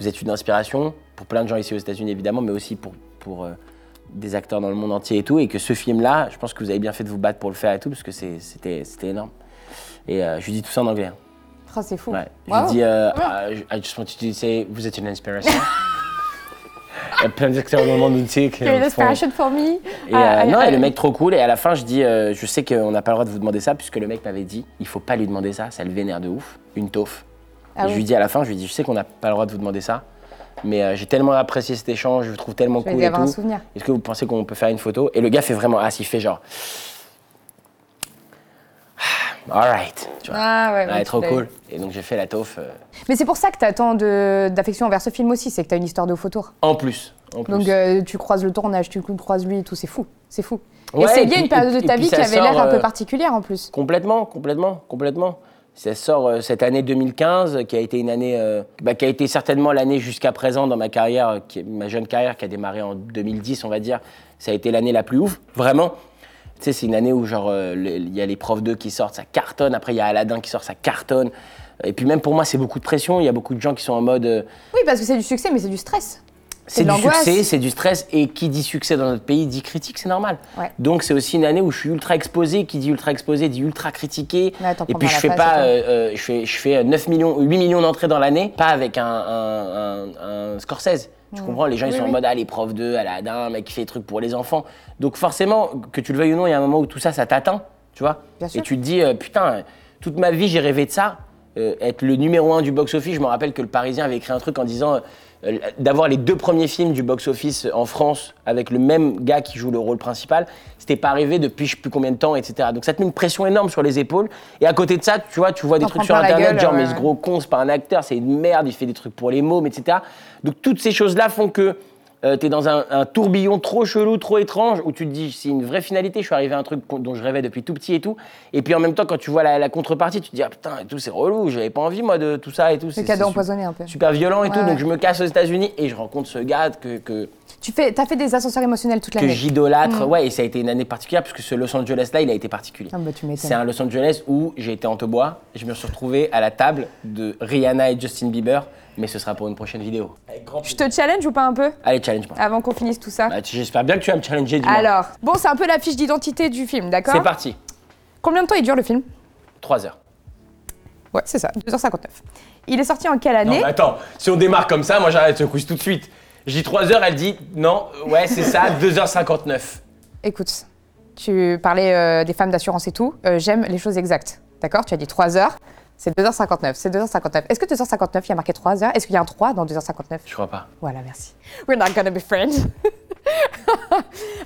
[SPEAKER 3] vous êtes une inspiration pour plein de gens ici aux États-Unis, évidemment, mais aussi pour, pour euh, des acteurs dans le monde entier et tout. Et que ce film-là, je pense que vous avez bien fait de vous battre pour le faire et tout, parce que c'est- c'était c'était énorme. Et euh, je lui dis tout ça en anglais. hein.
[SPEAKER 1] Ah, c'est fou.
[SPEAKER 3] Ouais. Je
[SPEAKER 1] Wow.
[SPEAKER 3] lui dis, euh,
[SPEAKER 1] bien.
[SPEAKER 3] euh, I just wanted to say, vous êtes une inspiration. Il y a plein d'acteurs dans le monde entier qui
[SPEAKER 1] You're an
[SPEAKER 3] euh, font-
[SPEAKER 1] inspiration for me.
[SPEAKER 3] et, euh,
[SPEAKER 1] Ah,
[SPEAKER 3] non,
[SPEAKER 1] ah,
[SPEAKER 3] et le mec trop cool. Et à la fin, je dis, euh, je sais qu'on n'a pas le droit de vous demander ça, puisque le mec m'avait dit, il faut pas lui demander ça, ça le vénère de ouf, une taufe.
[SPEAKER 1] Ah
[SPEAKER 3] et
[SPEAKER 1] oui.
[SPEAKER 3] je lui dis à la fin, je lui dis, je sais qu'on n'a pas le droit de vous demander ça, mais euh, j'ai tellement apprécié cet échange, je vous trouve tellement
[SPEAKER 1] Je vais
[SPEAKER 3] cool
[SPEAKER 1] lui
[SPEAKER 3] et
[SPEAKER 1] avoir un
[SPEAKER 3] tout.
[SPEAKER 1] souvenir.
[SPEAKER 3] Est-ce que vous pensez qu'on peut faire une photo Et le gars fait vraiment, ah, s'il fait genre, alright, tu vois.
[SPEAKER 1] Ah ouais,
[SPEAKER 3] Ouais,
[SPEAKER 1] ouais,
[SPEAKER 3] trop
[SPEAKER 1] tu l'as eu.
[SPEAKER 3] cool. Et donc j'ai fait la taufe euh,
[SPEAKER 1] Mais c'est pour ça que t'as tant de- d'affection envers ce film aussi, c'est que t'as une histoire de faux tour.
[SPEAKER 3] en plus. En plus.
[SPEAKER 1] Donc euh, tu croises le tournage, tu croises lui et tout, c'est fou, c'est fou.
[SPEAKER 3] Ouais,
[SPEAKER 1] et c'est
[SPEAKER 3] et
[SPEAKER 1] lié à
[SPEAKER 3] puis-
[SPEAKER 1] une période
[SPEAKER 3] et-
[SPEAKER 1] de ta
[SPEAKER 3] et puis
[SPEAKER 1] vie qui
[SPEAKER 3] ça
[SPEAKER 1] avait l'air
[SPEAKER 3] sort,
[SPEAKER 1] un peu
[SPEAKER 3] euh,
[SPEAKER 1] particulière en plus.
[SPEAKER 3] Complètement, complètement, complètement. Ça sort euh, cette année 2015, euh, qui a été une année, euh, bah, qui a été certainement l'année jusqu'à présent dans ma carrière, euh, qui est- ma jeune carrière qui a démarré en 2010, on va dire. Ça a été l'année la plus ouf, vraiment. Tu sais, c'est une année où genre euh, le- il y a les profs 2 qui sortent, ça cartonne. Après, il y a Aladdin qui sort, ça cartonne. Et puis même pour moi, c'est beaucoup de pression. Il y a beaucoup de gens qui sont en mode. euh,
[SPEAKER 1] Oui, parce que c'est du succès, mais c'est du stress.
[SPEAKER 3] c'est
[SPEAKER 1] de
[SPEAKER 3] du
[SPEAKER 1] l'angoisse.
[SPEAKER 3] succès, c'est du stress, et qui dit succès dans notre pays dit critique, c'est normal.
[SPEAKER 1] Ouais.
[SPEAKER 3] Donc c'est aussi une année où je suis ultra exposé, qui dit ultra exposé dit ultra critiqué.
[SPEAKER 1] Ouais, t'en
[SPEAKER 3] et
[SPEAKER 1] prends dans
[SPEAKER 3] puis je
[SPEAKER 1] la
[SPEAKER 3] fais
[SPEAKER 1] face
[SPEAKER 3] pas,
[SPEAKER 1] et
[SPEAKER 3] euh, euh, je fais, je fais 9 millions, 8 millions d'entrées dans l'année, pas avec un, un- un- un Scorsese. Tu comprends Les gens ils sont en mode ah les profs 2, Aladdin, un mec qui fait des trucs pour les enfants. Donc forcément, que tu le veuilles ou non, il y a un moment où tout ça, ça t'atteint, tu vois
[SPEAKER 1] Bien
[SPEAKER 3] Et
[SPEAKER 1] sûr.
[SPEAKER 3] tu te dis euh, putain, toute ma vie j'ai rêvé de ça. Euh, être le numéro un du box-office, je me rappelle que le Parisien avait écrit un truc en disant euh, euh, d'avoir les deux premiers films du box-office en France avec le même gars qui joue le rôle principal, c'était pas arrivé depuis je sais plus combien de temps, etc. Donc ça te met une pression énorme sur les épaules. Et à côté de ça, tu vois, tu vois des
[SPEAKER 1] T'en
[SPEAKER 3] trucs
[SPEAKER 1] prends
[SPEAKER 3] sur
[SPEAKER 1] plein la
[SPEAKER 3] Internet,
[SPEAKER 1] gueule,
[SPEAKER 3] genre
[SPEAKER 1] ouais,
[SPEAKER 3] mais ce
[SPEAKER 1] ouais.
[SPEAKER 3] gros con, c'est pas un acteur, c'est une merde, il fait des trucs pour les mômes, etc. Donc toutes ces choses-là font que euh, t'es dans un, un tourbillon trop chelou, trop étrange, où tu te dis, c'est une vraie finalité, je suis arrivé à un truc qu'on- dont je rêvais depuis tout petit et tout. Et puis en même temps, quand tu vois la, la contrepartie, tu te dis, ah putain, et tout, c'est relou, j'avais pas envie, moi, de tout ça et tout.
[SPEAKER 1] Le
[SPEAKER 3] c'est-
[SPEAKER 1] cadeau
[SPEAKER 3] c'est su-
[SPEAKER 1] empoisonné un peu.
[SPEAKER 3] Super violent et
[SPEAKER 1] Ouais,
[SPEAKER 3] tout, donc
[SPEAKER 1] ouais.
[SPEAKER 3] je me casse aux États-Unis et je rencontre ce gars que, que,
[SPEAKER 1] Tu fais, t'as fait des ascenseurs émotionnels toute
[SPEAKER 3] que
[SPEAKER 1] l'année.
[SPEAKER 3] j'idolâtre. Ouais, et ça a été une année particulière, parce que ce Los Angeles-là, il a été particulier.
[SPEAKER 1] Mm. Ah bah tu
[SPEAKER 3] C'est
[SPEAKER 1] m'étonnes.
[SPEAKER 3] un Los Angeles où j'ai été en Tobois, je me suis retrouvé à la table de Rihanna et Justin Bieber, mais ce sera pour une prochaine vidéo.
[SPEAKER 1] Je te challenge ou pas un peu
[SPEAKER 3] Allez, challenge-moi.
[SPEAKER 1] Avant qu'on finisse tout ça.
[SPEAKER 3] Bah, tu- J'espère bien que tu vas me challenger, dis-moi.
[SPEAKER 1] Alors, bon, c'est un peu la fiche d'identité du film,
[SPEAKER 3] C'est
[SPEAKER 1] d'accord
[SPEAKER 3] parti.
[SPEAKER 1] Combien de temps il dure le film
[SPEAKER 3] 3 heures.
[SPEAKER 1] Ouais, c'est ça, 2h59. Il est sorti en quelle
[SPEAKER 3] Non,
[SPEAKER 1] année
[SPEAKER 3] mais attends, si on démarre comme ça, moi j'arrête ce quiz tout de suite. J'ai 3 heures, elle dit non, euh, ouais, c'est ça, 2h59.
[SPEAKER 1] Écoute, tu parlais euh, des femmes d'assurance et tout. euh, J'aime les choses exactes. D'accord Tu as dit 3 heures. C'est 2h59, c'est 2h59. Est-ce que 2h59, il y a marqué 3 heures Est-ce qu'il y a un 3 dans 2h59
[SPEAKER 3] Je crois pas.
[SPEAKER 1] Voilà, merci. We're not gonna be friends.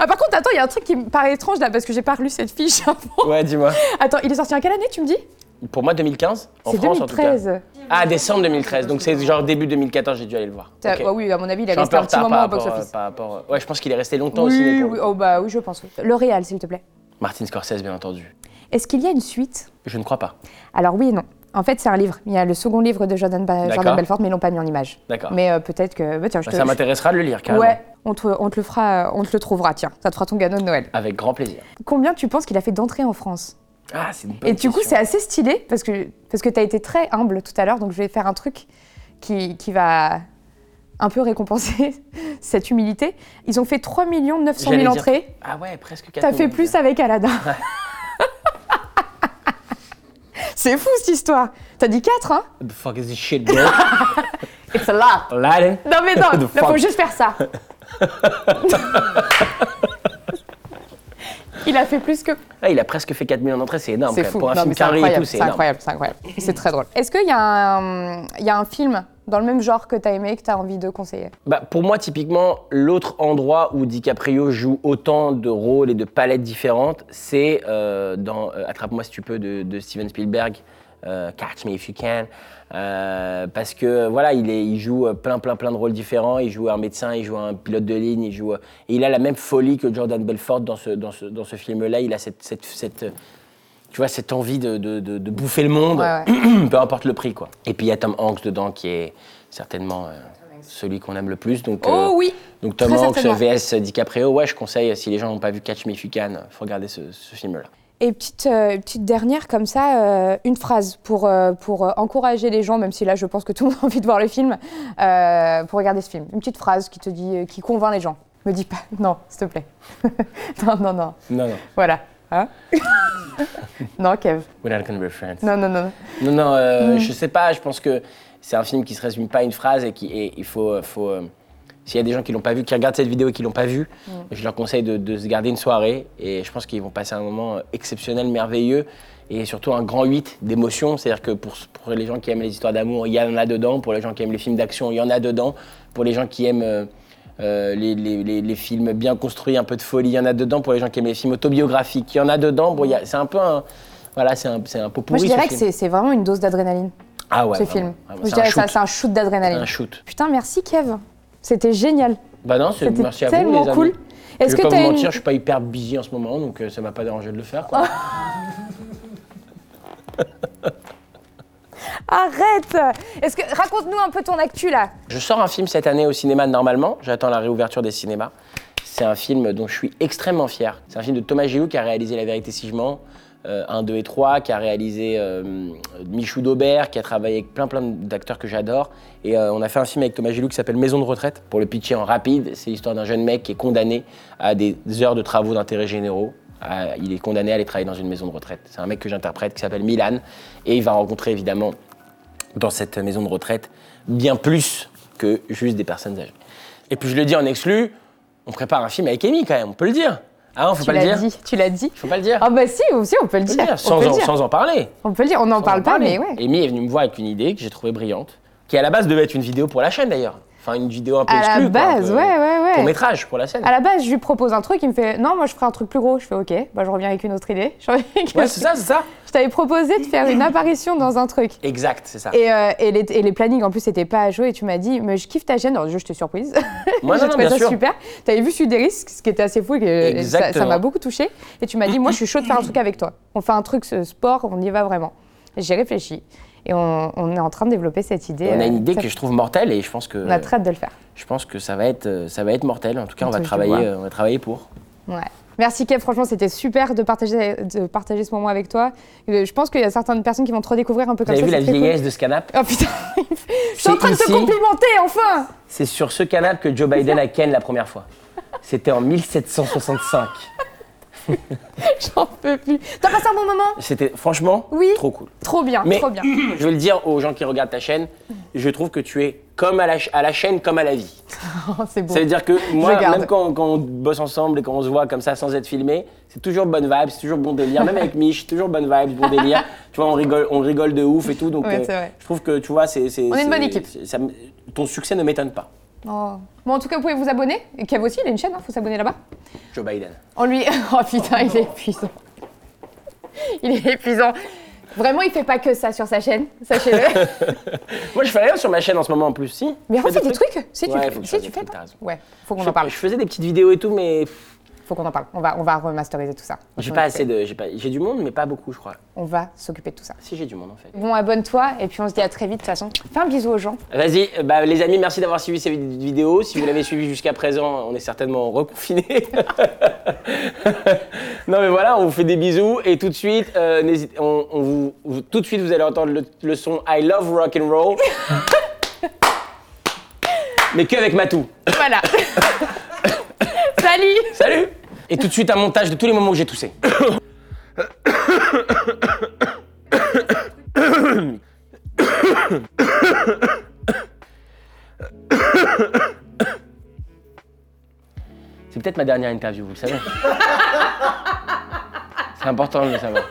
[SPEAKER 1] ah, par contre, attends, il y a un truc qui me paraît étrange là parce que j'ai pas relu cette fiche avant.
[SPEAKER 3] Ouais, dis-moi.
[SPEAKER 1] Attends, il est sorti en quelle année, tu me dis
[SPEAKER 3] Pour moi, 2015 En
[SPEAKER 1] C'est
[SPEAKER 3] France, en tout
[SPEAKER 1] 2013.
[SPEAKER 3] cas. Ah, décembre 2013, donc c'est genre début 2014, j'ai dû aller le voir.
[SPEAKER 1] T'as-
[SPEAKER 3] Ok.
[SPEAKER 1] Ah, ouais, oui, à mon avis, il est
[SPEAKER 3] Je suis un
[SPEAKER 1] resté
[SPEAKER 3] peu en
[SPEAKER 1] un petit
[SPEAKER 3] retard
[SPEAKER 1] moment
[SPEAKER 3] par
[SPEAKER 1] au
[SPEAKER 3] rapport, euh,
[SPEAKER 1] box-office.
[SPEAKER 3] par rapport, euh, Ouais, je pense qu'il est resté longtemps au ciné.
[SPEAKER 1] Oui,
[SPEAKER 3] pour
[SPEAKER 1] oui,
[SPEAKER 3] le coup.
[SPEAKER 1] oh bah oui, je pense. oui. L'Oréal, s'il te plaît.
[SPEAKER 3] Martin Scorsese, bien entendu.
[SPEAKER 1] Est-ce qu'il y a une suite
[SPEAKER 3] Je ne crois pas.
[SPEAKER 1] Alors oui et non. En fait, c'est un livre. Il y a le second livre de Jordan, Ba-
[SPEAKER 3] D'accord.
[SPEAKER 1] Jordan Belfort, mais ils l'ont pas mis en image.
[SPEAKER 3] D'accord.
[SPEAKER 1] Mais euh, peut-être que. bah, tiens, je
[SPEAKER 3] Bah,
[SPEAKER 1] te-
[SPEAKER 3] ça m'intéressera de le lire, carrément.
[SPEAKER 1] Ouais, on te, on te le fera, euh, on te le trouvera. Tiens, ça te fera ton cadeau de Noël.
[SPEAKER 3] Avec grand plaisir.
[SPEAKER 1] Combien tu penses qu'il a fait d'entrées en France
[SPEAKER 3] Ah, c'est une bonne
[SPEAKER 1] Et du coup, c'est assez
[SPEAKER 3] question.
[SPEAKER 1] stylé parce que parce que t'as été très humble tout à l'heure, donc je vais faire un truc qui, qui va un peu récompenser cette humilité. Ils ont fait 3 900
[SPEAKER 3] J'allais
[SPEAKER 1] 000
[SPEAKER 3] dire-
[SPEAKER 1] entrées.
[SPEAKER 3] Ah ouais, presque 4
[SPEAKER 1] T'as fait plus avec Aladdin. C'est fou cette histoire. T'as dit 4, hein
[SPEAKER 3] The fuck is this shit, bro?
[SPEAKER 1] It's a lot.
[SPEAKER 3] Aladdin?
[SPEAKER 1] Non mais non,
[SPEAKER 3] The
[SPEAKER 1] là faut
[SPEAKER 3] fuck.
[SPEAKER 1] juste faire ça. Il a fait plus que.
[SPEAKER 3] Ah, il a presque fait 4 millions d'entrées, c'est énorme.
[SPEAKER 1] C'est
[SPEAKER 3] quand même.
[SPEAKER 1] fou.
[SPEAKER 3] Pour un
[SPEAKER 1] Non,
[SPEAKER 3] film
[SPEAKER 1] mais c'est
[SPEAKER 3] carré et tout,
[SPEAKER 1] incroyable,
[SPEAKER 3] c'est
[SPEAKER 1] c'est
[SPEAKER 3] énorme.
[SPEAKER 1] incroyable, c'est incroyable. C'est très drôle. Est-ce qu'il y, a un- il y a un film dans le même genre que t'as aimé et que t'as envie de conseiller
[SPEAKER 3] Bah, pour moi, typiquement, l'autre endroit où DiCaprio joue autant de rôles et de palettes différentes, c'est euh, dans euh, Attrape-moi si tu peux de, de Steven Spielberg, euh, Catch Me If You Can, euh, parce que voilà, il, est, il joue euh, plein, plein, plein de rôles différents. Il joue un médecin, il joue un pilote de ligne, il joue. euh, et il a la même folie que Jordan Belfort dans ce, dans ce, dans ce film-là. Il a cette, cette, cette, euh, tu vois, cette envie de, de- de- de bouffer le monde,
[SPEAKER 1] Ouais,
[SPEAKER 3] peu importe le prix, quoi. Et puis il y a Tom Hanks dedans qui est certainement euh, celui qu'on aime le plus. Donc, euh,
[SPEAKER 1] Oh oui
[SPEAKER 3] donc Tom
[SPEAKER 1] Très
[SPEAKER 3] Hanks
[SPEAKER 1] certainement.
[SPEAKER 3] vs DiCaprio, ouais, je conseille si les gens n'ont pas vu Catch Me If You Can, faut regarder ce, ce film-là.
[SPEAKER 1] Et petite, euh, petite dernière, comme ça, euh, une phrase pour, euh, pour euh, encourager les gens, même si là je pense que tout le monde a envie de voir le film, euh, pour regarder ce film. Une petite phrase qui te dit, euh, qui convainc les gens. Me dis pas, non, s'il te plaît. non, non, non.
[SPEAKER 3] Non, non.
[SPEAKER 1] Voilà. Hein non, Kev.
[SPEAKER 3] We're not gonna be friends.
[SPEAKER 1] Non, non, non.
[SPEAKER 3] Non, non,
[SPEAKER 1] Mm.
[SPEAKER 3] euh, je sais pas, je pense que c'est un film qui se résume pas à une phrase et qui et il faut. euh, faut euh, s'il y a des gens qui l'ont pas vu, qui regardent cette vidéo et qui l'ont pas vu,
[SPEAKER 1] Mm.
[SPEAKER 3] je leur conseille de, de se garder une soirée et je pense qu'ils vont passer un moment euh, exceptionnel, merveilleux et surtout un grand 8 d'émotions. C'est-à-dire que pour, pour les gens qui aiment les histoires d'amour, il y en a dedans. Pour les gens qui aiment les films d'action, il y en a dedans. Pour les gens qui aiment euh, euh, les, les- les- les films bien construits, un peu de folie, il y en a dedans. Pour les gens qui aiment les films autobiographiques, il y en a dedans. Bon, il y a- c'est un peu un. Voilà, c'est un, c'est un pot
[SPEAKER 1] Moi,
[SPEAKER 3] pourri,
[SPEAKER 1] je
[SPEAKER 3] ce
[SPEAKER 1] dirais que
[SPEAKER 3] film.
[SPEAKER 1] c'est c'est vraiment une dose d'adrénaline,
[SPEAKER 3] Ah ouais,
[SPEAKER 1] ce
[SPEAKER 3] vraiment,
[SPEAKER 1] film.
[SPEAKER 3] vraiment.
[SPEAKER 1] je
[SPEAKER 3] C'est un
[SPEAKER 1] dirais ça,
[SPEAKER 3] shoot.
[SPEAKER 1] c'est un shoot
[SPEAKER 3] C'est
[SPEAKER 1] d'adrénaline.
[SPEAKER 3] un shoot.
[SPEAKER 1] Putain, merci, Kev. C'était génial.
[SPEAKER 3] Bah non, c'est
[SPEAKER 1] C'était
[SPEAKER 3] merci à vous. les
[SPEAKER 1] tellement
[SPEAKER 3] amis.
[SPEAKER 1] cool.
[SPEAKER 3] Je vais
[SPEAKER 1] Est-ce que
[SPEAKER 3] pas vous
[SPEAKER 1] t'as
[SPEAKER 3] mentir,
[SPEAKER 1] une...
[SPEAKER 3] je suis pas hyper busy en ce moment, donc euh, ça m'a pas dérangé de le faire. Quoi.
[SPEAKER 1] Arrête Est-ce que... Raconte-nous un peu ton actu, là.
[SPEAKER 3] Je sors un film cette année au cinéma normalement. J'attends la réouverture des cinémas. C'est un film dont je suis extrêmement fier. C'est un film de Thomas Gilou qui a réalisé La vérité si je mens. 1, 2 et 3, qui a réalisé euh, Michou Daubert, qui a travaillé avec plein plein d'acteurs que j'adore. Et euh, on a fait un film avec Thomas Gilou qui s'appelle Maison de retraite. Pour le pitcher en rapide, c'est l'histoire d'un jeune mec qui est condamné à des heures de travaux d'intérêt généraux à- il est condamné à aller travailler dans une maison de retraite. C'est un mec que j'interprète qui s'appelle Milan et il va rencontrer évidemment dans cette maison de retraite bien plus que juste des personnes âgées. Et puis je le dis en exclu, on prépare un film avec Amy quand même, on peut le dire. Ah non, faut
[SPEAKER 1] tu
[SPEAKER 3] pas le
[SPEAKER 1] l'as
[SPEAKER 3] dire.
[SPEAKER 1] dit, tu l'as dit.
[SPEAKER 3] Faut pas le dire.
[SPEAKER 1] Ah bah si, si, on peut le
[SPEAKER 3] Faut le
[SPEAKER 1] dire.
[SPEAKER 3] dire,
[SPEAKER 1] on,
[SPEAKER 3] sans,
[SPEAKER 1] peut le
[SPEAKER 3] en,
[SPEAKER 1] dire.
[SPEAKER 3] sans en parler.
[SPEAKER 1] on peut le dire, on n'en parle pas, mais ouais.
[SPEAKER 3] Amy est venue me voir avec une idée que j'ai trouvée brillante, qui à la base devait être une vidéo pour la chaîne d'ailleurs. Enfin, une vidéo un peu
[SPEAKER 1] À
[SPEAKER 3] exclue.
[SPEAKER 1] la
[SPEAKER 3] quoi, un
[SPEAKER 1] base,
[SPEAKER 3] peu-
[SPEAKER 1] ouais, ouais,
[SPEAKER 3] Court
[SPEAKER 1] ouais.
[SPEAKER 3] métrage pour la scène.
[SPEAKER 1] À la base, je lui propose un truc, il me fait non, moi je ferai un truc plus gros. Je fais ok, bah je reviens avec une autre idée. Je, reviens avec
[SPEAKER 3] Ouais,
[SPEAKER 1] un
[SPEAKER 3] c'est
[SPEAKER 1] truc.
[SPEAKER 3] ça, c'est ça.
[SPEAKER 1] Je t'avais proposé de faire une apparition dans un truc.
[SPEAKER 3] Exact, c'est ça.
[SPEAKER 1] Et, euh, et les, et les plannings en plus c'était pas à jouer et tu m'as dit mais je kiffe ta chaîne alors déjà j'étais surprise
[SPEAKER 3] Moi,
[SPEAKER 1] j'ai
[SPEAKER 3] non, non,
[SPEAKER 1] trouvé
[SPEAKER 3] bien
[SPEAKER 1] ça
[SPEAKER 3] sûr.
[SPEAKER 1] super t'avais vu sur des risques ce qui était assez fou et que- et ça- ça
[SPEAKER 3] Exactement.
[SPEAKER 1] m'a beaucoup touché et tu m'as dit moi je suis chaud de faire un truc avec toi on fait un truc ce sport on y va vraiment j'ai réfléchi et on, on est en train de développer cette idée
[SPEAKER 3] On a une
[SPEAKER 1] euh,
[SPEAKER 3] idée
[SPEAKER 1] ça-
[SPEAKER 3] que je trouve mortelle et je pense que
[SPEAKER 1] on a très hâte de le faire
[SPEAKER 3] je pense que ça va être euh, ça va être mortel. En tout cas, on va
[SPEAKER 1] Attends, je
[SPEAKER 3] travailler
[SPEAKER 1] vois.
[SPEAKER 3] euh, on va travailler pour.
[SPEAKER 1] Ouais. Merci Kev, franchement c'était super de partager, de partager ce moment avec toi. Euh, Je pense qu'il y a certaines personnes qui vont te redécouvrir un peu
[SPEAKER 3] Vous
[SPEAKER 1] comme
[SPEAKER 3] avez
[SPEAKER 1] ça.
[SPEAKER 3] vu la
[SPEAKER 1] c'est très cool.
[SPEAKER 3] vieillesse de ce canapé
[SPEAKER 1] Oh putain, je suis en
[SPEAKER 3] C'est
[SPEAKER 1] train de te
[SPEAKER 3] ici.
[SPEAKER 1] complimenter enfin
[SPEAKER 3] C'est sur ce canapé que Joe Biden a ken la première fois. C'était en 1765.
[SPEAKER 1] J'en peux plus. T'as passé un bon moment
[SPEAKER 3] C'était franchement
[SPEAKER 1] Oui.
[SPEAKER 3] trop cool.
[SPEAKER 1] Trop bien,
[SPEAKER 3] Mais-
[SPEAKER 1] trop bien.
[SPEAKER 3] Je vais le dire aux gens qui regardent ta chaîne, je trouve que tu es comme à la, ch- à la chaîne comme à la vie.
[SPEAKER 1] Oh, c'est beau.
[SPEAKER 3] Ça veut dire que moi,
[SPEAKER 1] garde.
[SPEAKER 3] même quand, quand on bosse ensemble et quand on se voit comme ça sans être filmé, c'est toujours bonne vibe, c'est toujours bon délire. Même avec Mich, toujours bonne vibe, bon délire. tu vois, on rigole, on rigole de ouf et tout. Donc,
[SPEAKER 1] Ouais,
[SPEAKER 3] euh,
[SPEAKER 1] c'est vrai.
[SPEAKER 3] je trouve que tu vois, c'est. c'est-
[SPEAKER 1] On est une
[SPEAKER 3] c'est-
[SPEAKER 1] bonne équipe.
[SPEAKER 3] c'est- ça me- ton succès ne m'étonne pas,
[SPEAKER 1] Oh. Bon, en tout cas, vous pouvez vous abonner. Et Kev aussi, il a une chaîne, il faut s'abonner là-bas.
[SPEAKER 3] Joe Biden.
[SPEAKER 1] On lui. Oh putain, il est épuisant. Il est épuisant. Vraiment, il fait pas que ça sur sa chaîne, sachez-le.
[SPEAKER 3] Moi, je fais rien sur ma chaîne en ce moment en plus, si.
[SPEAKER 1] Mais
[SPEAKER 3] Je fais
[SPEAKER 1] refais des trucs. Si
[SPEAKER 3] Ouais,
[SPEAKER 1] tu,
[SPEAKER 3] faut que
[SPEAKER 1] fais-
[SPEAKER 3] je
[SPEAKER 1] si,
[SPEAKER 3] fasse
[SPEAKER 1] tu fais.
[SPEAKER 3] des trucs,
[SPEAKER 1] toi.
[SPEAKER 3] t'as raison.
[SPEAKER 1] Ouais, faut qu'on
[SPEAKER 3] Je,
[SPEAKER 1] en parle.
[SPEAKER 3] je faisais des petites vidéos et tout, mais
[SPEAKER 1] Faut qu'on en parle. On va, on va remasteriser tout ça.
[SPEAKER 3] j'ai
[SPEAKER 1] On
[SPEAKER 3] pas
[SPEAKER 1] va-
[SPEAKER 3] assez de. J'ai pas- j'ai du monde, mais pas beaucoup, je crois.
[SPEAKER 1] On va s'occuper de tout ça.
[SPEAKER 3] Si, j'ai du monde en fait.
[SPEAKER 1] Bon, abonne-toi et puis on se dit à très vite. De toute façon, fais un bisou aux gens.
[SPEAKER 3] Vas-y, euh, bah, les amis, merci d'avoir suivi cette vid- vidéo. Si vous l'avez suivi jusqu'à présent, on est certainement reconfiné. non mais voilà, on vous fait des bisous et tout de suite, euh, n'hésitez- on, on vous, vous- tout de suite vous allez entendre le, le son I Love Rock and Roll, mais que avec Matou.
[SPEAKER 1] Voilà. Salut
[SPEAKER 3] Salut Et tout de suite un montage de tous les moments où j'ai toussé. C'est peut-être ma dernière interview, vous le savez. C'est important de le savoir.